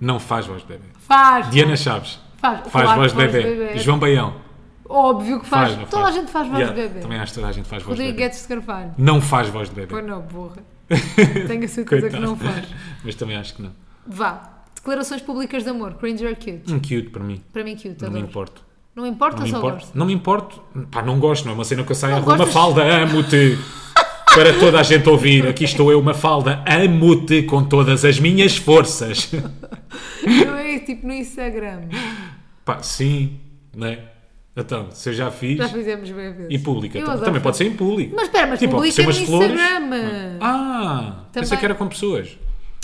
Speaker 2: Não faz voz de bebê.
Speaker 1: Faz.
Speaker 2: Diana Chaves.
Speaker 1: Faz.
Speaker 2: Faz
Speaker 1: Claro
Speaker 2: voz
Speaker 1: que
Speaker 2: de bebê. João Baião.
Speaker 1: Óbvio que faz.
Speaker 2: Faz, não
Speaker 1: toda
Speaker 2: faz?
Speaker 1: a gente faz voz
Speaker 2: Yeah,
Speaker 1: de bebê.
Speaker 2: Também acho que toda a gente faz voz
Speaker 1: Rodrigo é
Speaker 2: de bebê.
Speaker 1: Guedes de Carvalho.
Speaker 2: Não faz voz de bebê.
Speaker 1: Pois não, burra. Tenho a certeza é que não faz.
Speaker 2: Mas também acho que não.
Speaker 1: Vá. Declarações públicas de amor. Cringe or cute?
Speaker 2: Um cute para mim.
Speaker 1: Para mim, cute.
Speaker 2: Não me
Speaker 1: adoro.
Speaker 2: importo.
Speaker 1: Não importa
Speaker 2: Não
Speaker 1: ou
Speaker 2: me
Speaker 1: Então só
Speaker 2: importo.
Speaker 1: gosto?
Speaker 2: Não me importo. Pá, não gosto. Não é uma cena que eu saio à
Speaker 1: Não
Speaker 2: rua.
Speaker 1: gostas?
Speaker 2: Mafalda, amo-te. Para toda a gente ouvir. Aqui estou eu, Mafalda. Amo-te com todas as minhas forças.
Speaker 1: Não é tipo no Instagram.
Speaker 2: Pá, sim. Né? Então, se eu já fiz...
Speaker 1: Já fizemos bem vezes.
Speaker 2: E pública.
Speaker 1: Eu
Speaker 2: tam-
Speaker 1: adoro
Speaker 2: Também pode
Speaker 1: fazer.
Speaker 2: ser em público.
Speaker 1: Mas espera, mas
Speaker 2: Sim, pode
Speaker 1: publica
Speaker 2: ser
Speaker 1: no
Speaker 2: umas flores. é?
Speaker 1: Instagram.
Speaker 2: Ah, pensei
Speaker 1: Também.
Speaker 2: que era com pessoas.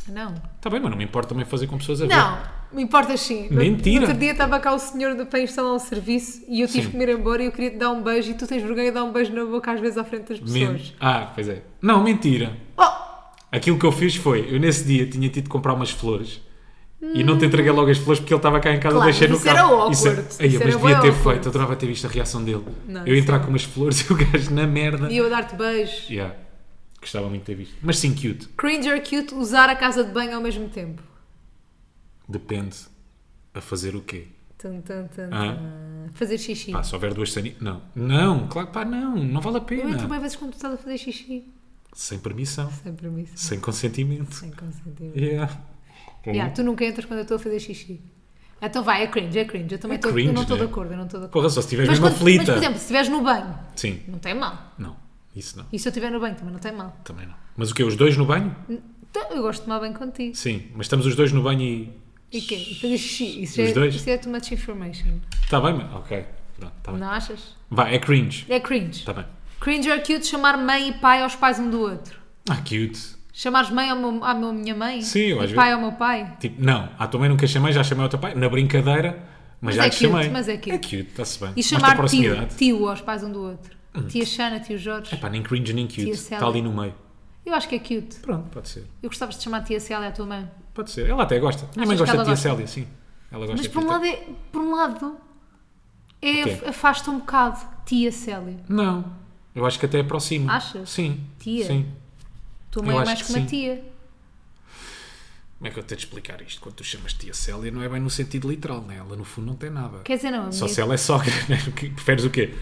Speaker 1: Não.
Speaker 2: Está Tá bem, mas não me importa também fazer com pessoas a ver.
Speaker 1: Não. Me importa sim. No-
Speaker 2: Mentira.
Speaker 1: No outro dia estava cá o senhor do para instalar um serviço e eu tive
Speaker 2: Sim.
Speaker 1: que me ir embora e eu queria te dar um beijo e tu tens vergonha de dar um beijo na boca às vezes à frente das
Speaker 2: Men-
Speaker 1: pessoas.
Speaker 2: Ah, pois é. Não, mentira.
Speaker 1: Oh!
Speaker 2: Aquilo que eu fiz foi, eu nesse dia tinha tido de comprar umas flores e não te entreguei logo as flores porque ele estava cá em casa
Speaker 1: Claro,
Speaker 2: deixei no
Speaker 1: mas isso era
Speaker 2: carro.
Speaker 1: awkward.
Speaker 2: Ai,
Speaker 1: Isso
Speaker 2: mas
Speaker 1: era
Speaker 2: devia
Speaker 1: bué
Speaker 2: ter
Speaker 1: awkward.
Speaker 2: feito, eu adorava ter visto a reação dele.
Speaker 1: Não,
Speaker 2: eu
Speaker 1: isso é
Speaker 2: entrar com umas flores e o gajo na merda.
Speaker 1: E eu a dar-te beijos.
Speaker 2: Yeah. Gostava muito de ter visto. Mas sim, cute.
Speaker 1: Cringe or cute usar a casa de banho ao mesmo tempo.
Speaker 2: Depende a fazer o quê?
Speaker 1: Tum, tum, tum,
Speaker 2: Ah.
Speaker 1: tum. Fazer xixi.
Speaker 2: Pá, se houver duas sanidades. Não. Não, claro que pá, não. Não vale a
Speaker 1: eu entro
Speaker 2: pena.
Speaker 1: bem vezes quando tu estás a fazer xixi.
Speaker 2: Sem permissão.
Speaker 1: Sem permissão.
Speaker 2: Sem consentimento.
Speaker 1: Sem consentimento.
Speaker 2: Yeah.
Speaker 1: Yeah, tu nunca entras quando eu estou a fazer xixi. Então vai, é cringe, é cringe. Eu também
Speaker 2: É
Speaker 1: estou- eu
Speaker 2: cringe,
Speaker 1: não estou
Speaker 2: né?
Speaker 1: de acordo, eu não estou de acordo.
Speaker 2: Porra, só se tiveres mesmo
Speaker 1: quando- mas, por
Speaker 2: aflita.
Speaker 1: exemplo, se estiveres no banho,
Speaker 2: Sim.
Speaker 1: não tem mal.
Speaker 2: Não. Isso não.
Speaker 1: E se eu estiver no banho, também não tem mal.
Speaker 2: Também não. Mas o quê? Os dois no banho?
Speaker 1: Então, eu gosto de tomar banho contigo.
Speaker 2: Sim. Mas estamos os dois no banho e.
Speaker 1: E quê? E fazer xixi. Isso,
Speaker 2: Os
Speaker 1: é,
Speaker 2: dois?
Speaker 1: isso é too much information.
Speaker 2: Está Tá bem, mas. Ok. Pronto, está bem.
Speaker 1: Não achas?
Speaker 2: Vai, é cringe.
Speaker 1: É cringe.
Speaker 2: Está bem.
Speaker 1: Cringe or cute chamar mãe e pai aos pais um do outro.
Speaker 2: Ah, cute.
Speaker 1: Chamares mãe ao meu, à meu- minha mãe
Speaker 2: Sim, eu às
Speaker 1: e pai
Speaker 2: vezes-
Speaker 1: ao meu pai.
Speaker 2: Tipo, não. Ah, também nunca chamei, já chamei ao teu pai. Na brincadeira,
Speaker 1: Mas
Speaker 2: mas, já
Speaker 1: é
Speaker 2: te
Speaker 1: cute,
Speaker 2: chamei.
Speaker 1: mas é cute.
Speaker 2: É cute, está-se bem.
Speaker 1: E
Speaker 2: Mostra
Speaker 1: chamar tio,
Speaker 2: proximidade. Hum.
Speaker 1: tio aos pais um do outro. Tia Xana, tio Jorge.
Speaker 2: Pá, nem cringe nem cute.
Speaker 1: Tia
Speaker 2: Está
Speaker 1: Célia.
Speaker 2: ali no meio.
Speaker 1: Eu acho que é cute.
Speaker 2: Pronto, pode ser.
Speaker 1: Eu gostava de chamar tia Célia à tua mãe.
Speaker 2: Pode ser. Ela até gosta. Minha mãe
Speaker 1: Achas que
Speaker 2: gosta de
Speaker 1: ela
Speaker 2: tia
Speaker 1: gosta?
Speaker 2: Célia, sim. Ela gosta
Speaker 1: Mas
Speaker 2: de
Speaker 1: por um
Speaker 2: tia
Speaker 1: lado, é, por um lado é,
Speaker 2: O quê?
Speaker 1: afasta um bocado. Tia Célia.
Speaker 2: Não. Eu acho que até aproxima.
Speaker 1: é- Achas?
Speaker 2: Sim.
Speaker 1: Tia?
Speaker 2: Sim.
Speaker 1: Tua
Speaker 2: Eu
Speaker 1: mãe é
Speaker 2: acho
Speaker 1: mais
Speaker 2: que
Speaker 1: que uma
Speaker 2: sim.
Speaker 1: tia.
Speaker 2: Como é que eu tenho de explicar isto? Quando tu chamas tia Célia, não é bem no sentido literal, né? Ela no fundo não tem nada.
Speaker 1: Quer dizer, não, a
Speaker 2: Só
Speaker 1: minha
Speaker 2: se ela é sogra, né? Que- Preferes o quê?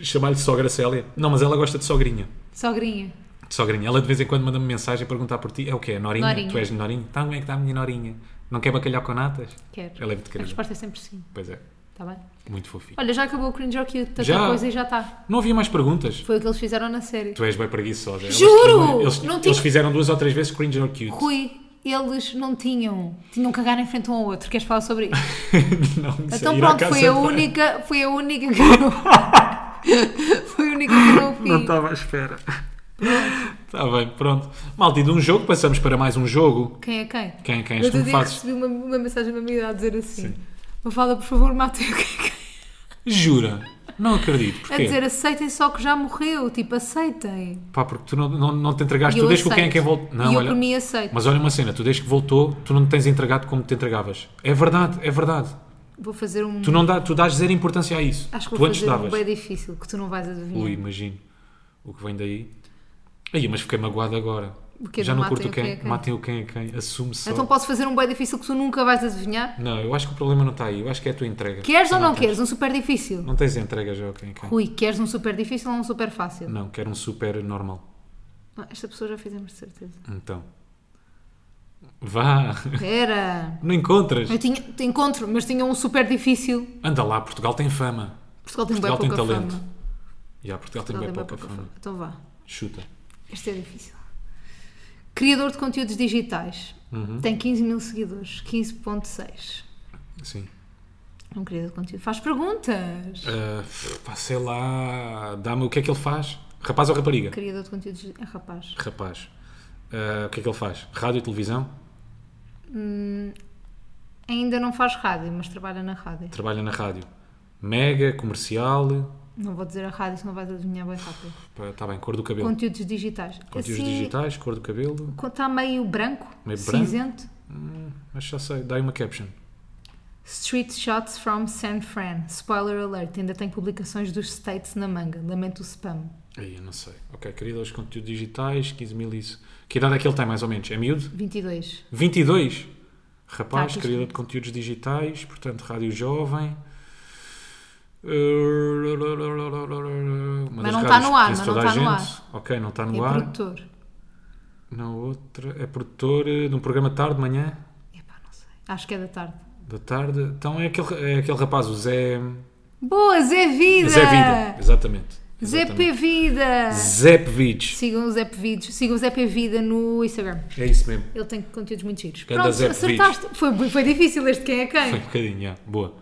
Speaker 2: Chamar-lhe sogra Célia? Não, mas ela gosta de sogrinha.
Speaker 1: sogrinha.
Speaker 2: Sogrinha, ela de vez em quando manda-me mensagem a perguntar por ti. É o quê? Norinha?
Speaker 1: Norinha.
Speaker 2: Tu és Norinha? Então como é que está a minha Norinha? Não quer bacalhau com natas?
Speaker 1: Quero.
Speaker 2: Ela é muito
Speaker 1: A
Speaker 2: querida.
Speaker 1: resposta é sempre sim,
Speaker 2: Pois é,
Speaker 1: está bem?
Speaker 2: muito fofinho.
Speaker 1: Olha, já acabou o cringe ou cute, tanta
Speaker 2: Já.
Speaker 1: coisa e já está.
Speaker 2: Não havia mais perguntas.
Speaker 1: Foi o que eles fizeram na série.
Speaker 2: Tu és bem preguiçosa. Elas-
Speaker 1: Juro!
Speaker 2: Eles,
Speaker 1: Não
Speaker 2: eles
Speaker 1: tive-
Speaker 2: fizeram duas ou três vezes cringe or cute.
Speaker 1: Rui, eles não tinham. Tinham que cagar em frente um ao outro. Queres falar sobre isso?
Speaker 2: não, isso é
Speaker 1: Então
Speaker 2: ir à
Speaker 1: pronto, foi a
Speaker 2: caça-
Speaker 1: única. Foi a única que eu não. foi a única que eu não fiz.
Speaker 2: Não tá. estava à espera. Está bem, pronto. Malta, e de um jogo passamos para mais um jogo.
Speaker 1: Quem é quem?
Speaker 2: Quem, quem
Speaker 1: Eu
Speaker 2: és tu
Speaker 1: outro
Speaker 2: me
Speaker 1: dia
Speaker 2: fazes?
Speaker 1: recebi uma, uma mensagem da minha idade a dizer assim:
Speaker 2: Sim.
Speaker 1: Mafalda, por favor, matem o que é que.
Speaker 2: Jura? Não acredito.
Speaker 1: A
Speaker 2: Porquê?
Speaker 1: dizer, aceitem só que já morreu. Tipo, aceitem.
Speaker 2: Pá, porque tu não, não, não te entregaste.
Speaker 1: E
Speaker 2: Tu
Speaker 1: eu
Speaker 2: desde que o quem é
Speaker 1: aceito.
Speaker 2: quem voltou. Não,
Speaker 1: E eu
Speaker 2: olha.
Speaker 1: por mim aceito.
Speaker 2: Mas olha uma cena, tu desde que voltou, tu não te tens entregado como te entregavas. É verdade, é verdade.
Speaker 1: Vou fazer um.
Speaker 2: Tu, não dá, tu dás zero importância a isso.
Speaker 1: Acho que
Speaker 2: tu
Speaker 1: vou
Speaker 2: antes
Speaker 1: fazer um
Speaker 2: davas.
Speaker 1: bem difícil que tu não vais adivinhar.
Speaker 2: Ui, imagino o que vem daí. Aí, mas fiquei magoado agora.
Speaker 1: O quê?
Speaker 2: Já
Speaker 1: Do
Speaker 2: não curto
Speaker 1: matem o
Speaker 2: o
Speaker 1: quem
Speaker 2: quem.
Speaker 1: é quem?
Speaker 2: Matem o quem é quem. Assume só.
Speaker 1: Então posso fazer um bem difícil que tu nunca vais adivinhar?
Speaker 2: Não, eu acho que o problema não está aí. Eu acho que é a tua entrega.
Speaker 1: Queres ou não
Speaker 2: tens.
Speaker 1: queres? Um super difícil.
Speaker 2: Não tens entrega já o quem é quem.
Speaker 1: Rui, queres um super difícil ou um super fácil?
Speaker 2: Não, quero um super normal.
Speaker 1: Não, Esta pessoa já fizemos de certeza.
Speaker 2: Então. Vá.
Speaker 1: Era!
Speaker 2: Não encontras.
Speaker 1: Eu tinha, te encontro, mas tinha um super difícil.
Speaker 2: Anda lá, Portugal tem fama.
Speaker 1: Portugal tem
Speaker 2: Portugal
Speaker 1: bem
Speaker 2: tem
Speaker 1: pouca
Speaker 2: talento.
Speaker 1: fama.
Speaker 2: Já, Portugal tem
Speaker 1: Portugal
Speaker 2: bem
Speaker 1: bué
Speaker 2: pouca fama.
Speaker 1: Então vá.
Speaker 2: Chuta.
Speaker 1: Este é difícil. Criador de conteúdos digitais.
Speaker 2: Uhum.
Speaker 1: Tem 15 mil seguidores. 15.6.
Speaker 2: Sim.
Speaker 1: Um criador de conteúdo. Faz perguntas.
Speaker 2: Ah, pá, sei lá. Dá-me o que é que ele faz? Rapaz ou rapariga?
Speaker 1: Criador de conteúdos... É rapaz.
Speaker 2: Rapaz. Ah, o que é que ele faz? Rádio e televisão?
Speaker 1: Ainda não faz rádio, mas trabalha na rádio.
Speaker 2: Trabalha na rádio. Mega, comercial.
Speaker 1: Não vou dizer a rádio, senão vais adivinhar bem rápido.
Speaker 2: Está bem, cor do cabelo.
Speaker 1: Conteúdos digitais.
Speaker 2: Conteúdos
Speaker 1: Assim,
Speaker 2: digitais, cor do cabelo.
Speaker 1: Está meio branco,
Speaker 2: Meio branco.
Speaker 1: cinzento.
Speaker 2: Mas já sei, dá aí uma caption.
Speaker 1: Street Shots from San Fran. Spoiler alert, ainda tem publicações dos States na manga. Lamento o spam.
Speaker 2: Aí, eu não sei. Ok, queridos, conteúdos digitais, 15 mil isso. Que idade é que ele tem, mais ou menos? É miúdo?
Speaker 1: 22.
Speaker 2: 22? Rapaz,
Speaker 1: Tá,
Speaker 2: criador de conteúdos digitais, portanto, rádio jovem. Uma
Speaker 1: Mas
Speaker 2: das
Speaker 1: não tá
Speaker 2: rádios
Speaker 1: no ar,
Speaker 2: que conhece
Speaker 1: mas
Speaker 2: toda
Speaker 1: não tá
Speaker 2: a
Speaker 1: no
Speaker 2: gente. Ok, não está no
Speaker 1: é
Speaker 2: ar.
Speaker 1: produtor.
Speaker 2: Na outra, é produtor eh, de um programa de tarde, de manhã,
Speaker 1: Epá, não sei. Acho que é da tarde.
Speaker 2: da tarde. Então é aquele, é aquele rapaz, o Zé.
Speaker 1: Boa, Zé Vida!
Speaker 2: Zé Vida, exatamente.
Speaker 1: Zé
Speaker 2: Exatamente.
Speaker 1: P. Vida!
Speaker 2: Zé Pvides.
Speaker 1: Sigam o Zé P. Vides- Sigam o Zé P. Vida no Instagram.
Speaker 2: É isso mesmo.
Speaker 1: Ele tem conteúdos muito giros.
Speaker 2: Ganda
Speaker 1: Pronto,
Speaker 2: Zé P.
Speaker 1: acertaste. Foi, foi difícil este quem é quem.
Speaker 2: Foi um bocadinho, já. boa.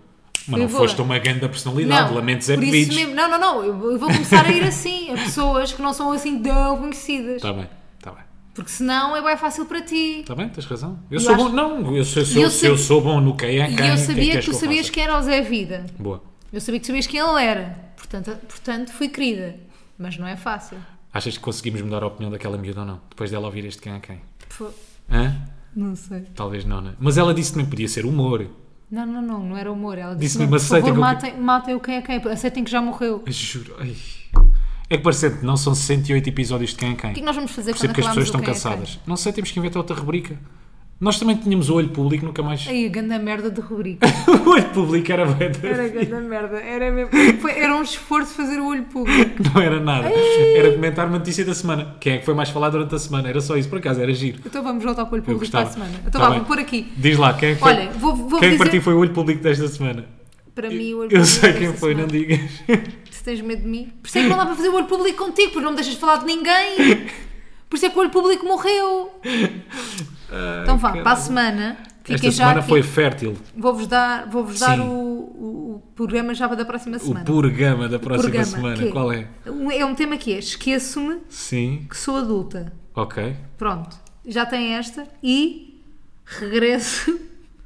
Speaker 2: Mas
Speaker 1: Foi
Speaker 2: não
Speaker 1: boa.
Speaker 2: foste uma grande personalidade, lamento Zé
Speaker 1: por isso
Speaker 2: Pvides.
Speaker 1: mesmo- Não, não, não. Eu vou eu vou começar a ir assim a pessoas que não são assim tão conhecidas.
Speaker 2: Está Tá bem, está bem.
Speaker 1: Porque senão é bem fácil para ti.
Speaker 2: Está Tá bem, tens razão. Eu,
Speaker 1: Eu
Speaker 2: sou
Speaker 1: acho-
Speaker 2: bom, não, eu, sou,
Speaker 1: E
Speaker 2: sou,
Speaker 1: eu
Speaker 2: se eu
Speaker 1: sab-
Speaker 2: sou bom no quem é
Speaker 1: E
Speaker 2: quem,
Speaker 1: eu
Speaker 2: o que é
Speaker 1: sabia
Speaker 2: queres
Speaker 1: que tu
Speaker 2: eu
Speaker 1: sabias
Speaker 2: faça?
Speaker 1: quem era o Zé Vida.
Speaker 2: Boa.
Speaker 1: Eu sabia que sabias quem ele era. Portanto, portanto fui querida. Mas não é fácil.
Speaker 2: Achas que conseguimos mudar a opinião daquela miúda ou não? Depois dela ouvir este quem é quem?
Speaker 1: Pô,
Speaker 2: Hã?
Speaker 1: Não sei.
Speaker 2: Talvez não, né? Mas ela disse que nem podia ser humor.
Speaker 1: Não, não, não. Não era humor. Ela disse,
Speaker 2: Disse mesmo,
Speaker 1: não, por
Speaker 2: aceitem
Speaker 1: favor,
Speaker 2: que eu-
Speaker 1: matem, matem o quem é quem. Aceitem que já morreu. O
Speaker 2: Juro. ai. É que parecendo que não são 68 episódios de quem é quem.
Speaker 1: que é que nós vamos fazer quando
Speaker 2: Percebo que as
Speaker 1: acabamos
Speaker 2: pessoas estão
Speaker 1: o quem é quem?
Speaker 2: cansadas. Não sei, temos que inventar outra rubrica. Nós também tínhamos o olho público, nunca mais.
Speaker 1: Aí, a ganda merda de rubrica.
Speaker 2: o olho público era bem.
Speaker 1: Era a ganda merda. Era, mesmo- foi- era um esforço fazer o olho público.
Speaker 2: Não era nada. Era comentar uma notícia da semana. Quem é que foi mais falado durante a semana? Era só isso, por acaso, era giro.
Speaker 1: Então vamos voltar ao olho
Speaker 2: Eu
Speaker 1: público para
Speaker 2: gostava.
Speaker 1: a semana.
Speaker 2: Tá
Speaker 1: Então vá,
Speaker 2: bem.
Speaker 1: vou pôr aqui.
Speaker 2: Diz lá, quem é que foi,
Speaker 1: Olha, vou, vou
Speaker 2: quem é que
Speaker 1: dizer...
Speaker 2: para ti foi o olho público desta semana?
Speaker 1: Para mim, o olho
Speaker 2: Eu
Speaker 1: público
Speaker 2: sei
Speaker 1: desta
Speaker 2: quem foi,
Speaker 1: semana.
Speaker 2: não digas.
Speaker 1: Se tens medo de mim. Por isso é que não dá para fazer o olho público contigo, porque não me deixas falar de ninguém. Por isso é que o olho público morreu. então vá,
Speaker 2: caralho.
Speaker 1: para a semana.
Speaker 2: Esta
Speaker 1: Fiquem já
Speaker 2: semana
Speaker 1: aqui.
Speaker 2: foi fértil.
Speaker 1: Vou-vos dar, vou -vos dar
Speaker 2: Sim.
Speaker 1: o, o- o programa já da próxima
Speaker 2: O
Speaker 1: semana.
Speaker 2: puro gama da
Speaker 1: O
Speaker 2: próxima
Speaker 1: programa,
Speaker 2: semana.
Speaker 1: que
Speaker 2: Qual é?
Speaker 1: Um- É um tema que é Esqueço-me
Speaker 2: Sim.
Speaker 1: que sou adulta.
Speaker 2: Ok.
Speaker 1: Pronto, já tem esta. E regresso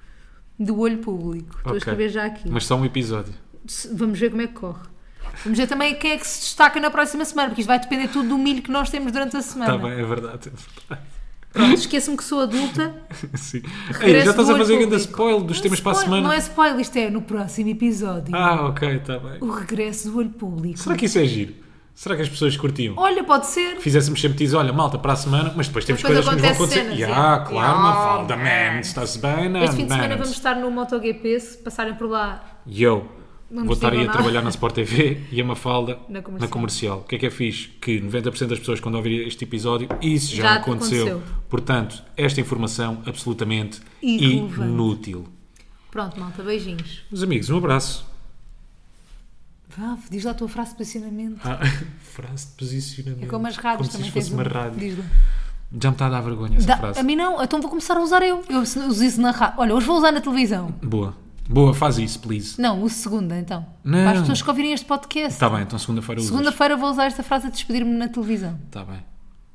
Speaker 1: do olho público. Estou a
Speaker 2: ok.
Speaker 1: escrever já aqui.
Speaker 2: Mas só um episódio.
Speaker 1: Se- Vamos ver como é que corre. Vamos ver também quem é que se destaca na próxima semana, porque isto vai depender tudo do milho que nós temos durante a
Speaker 2: Está
Speaker 1: semana.
Speaker 2: bem, é verdade. é verdade.
Speaker 1: Pronto, esqueço-me que sou adulta.
Speaker 2: Sim. Ei,
Speaker 1: Regresso
Speaker 2: já estás a
Speaker 1: do
Speaker 2: fazer
Speaker 1: olho
Speaker 2: grande
Speaker 1: público.
Speaker 2: spoiler Um dos temas para a
Speaker 1: Spoiler, Não
Speaker 2: semana.
Speaker 1: é spoiler, isto é no próximo episódio.
Speaker 2: Ah, ok, está bem.
Speaker 1: O regresso do olho público.
Speaker 2: Será que isso é giro? Será que as pessoas curtiam?
Speaker 1: Olha, pode ser.
Speaker 2: fizéssemos sempre diz, olha, malta, para a semana, mas depois temos
Speaker 1: Mas depois
Speaker 2: coisas que nos vão
Speaker 1: acontece
Speaker 2: acontecer.
Speaker 1: cenas,
Speaker 2: yeah,
Speaker 1: é.
Speaker 2: claro,
Speaker 1: Yeah,
Speaker 2: Mafalda,
Speaker 1: man.
Speaker 2: man, está-se bem,
Speaker 1: Este fim de semana
Speaker 2: man.
Speaker 1: vamos estar no MotoGP, se passarem por lá.
Speaker 2: Yo,
Speaker 1: Vamos
Speaker 2: vou estar aí a
Speaker 1: diagonal.
Speaker 2: trabalhar na Sport TV e a Mafalda
Speaker 1: Na
Speaker 2: na
Speaker 1: comercial.
Speaker 2: comercial. O que é que é fixe? Que 90% das pessoas, quando ouvirem este episódio, isso já,
Speaker 1: Já
Speaker 2: aconteceu.
Speaker 1: aconteceu.
Speaker 2: Portanto, esta informação absolutamente
Speaker 1: Irrelevante.
Speaker 2: inútil.
Speaker 1: Pronto, malta, beijinhos.
Speaker 2: Meus amigos, um abraço.
Speaker 1: Vá, diz lá a tua frase de posicionamento.
Speaker 2: Ah, frase de posicionamento.
Speaker 1: É como as rádios
Speaker 2: como
Speaker 1: também
Speaker 2: se fosse
Speaker 1: tens
Speaker 2: uma
Speaker 1: um-
Speaker 2: rádio.
Speaker 1: diz lá.
Speaker 2: Já me está a dar vergonha essa
Speaker 1: Dá-
Speaker 2: frase.
Speaker 1: a mim não, então vou começar a usar eu. Eu se- uso isso na rádio. Olha, hoje vou usar na televisão.
Speaker 2: Boa. Boa, faz isso, please.
Speaker 1: Não, uso segunda então.
Speaker 2: Não.
Speaker 1: Para as pessoas que ouvirem este podcast.
Speaker 2: Está bem, então segunda-feira usas.
Speaker 1: Segunda-feira vou usar esta frase a despedir-me na televisão.
Speaker 2: Está Tá bem.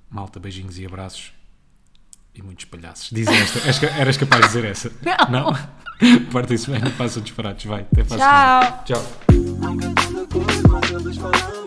Speaker 2: Malta, beijinhos e abraços. E muitos palhaços. Diz esta. És ca- Eras capaz de dizer essa?
Speaker 1: Não.
Speaker 2: Não? Partem-se bem, não façam disparados. Vai, até para a
Speaker 1: Tchau.
Speaker 2: semana. Tchau.
Speaker 3: I'm cantando cores, mas eles falam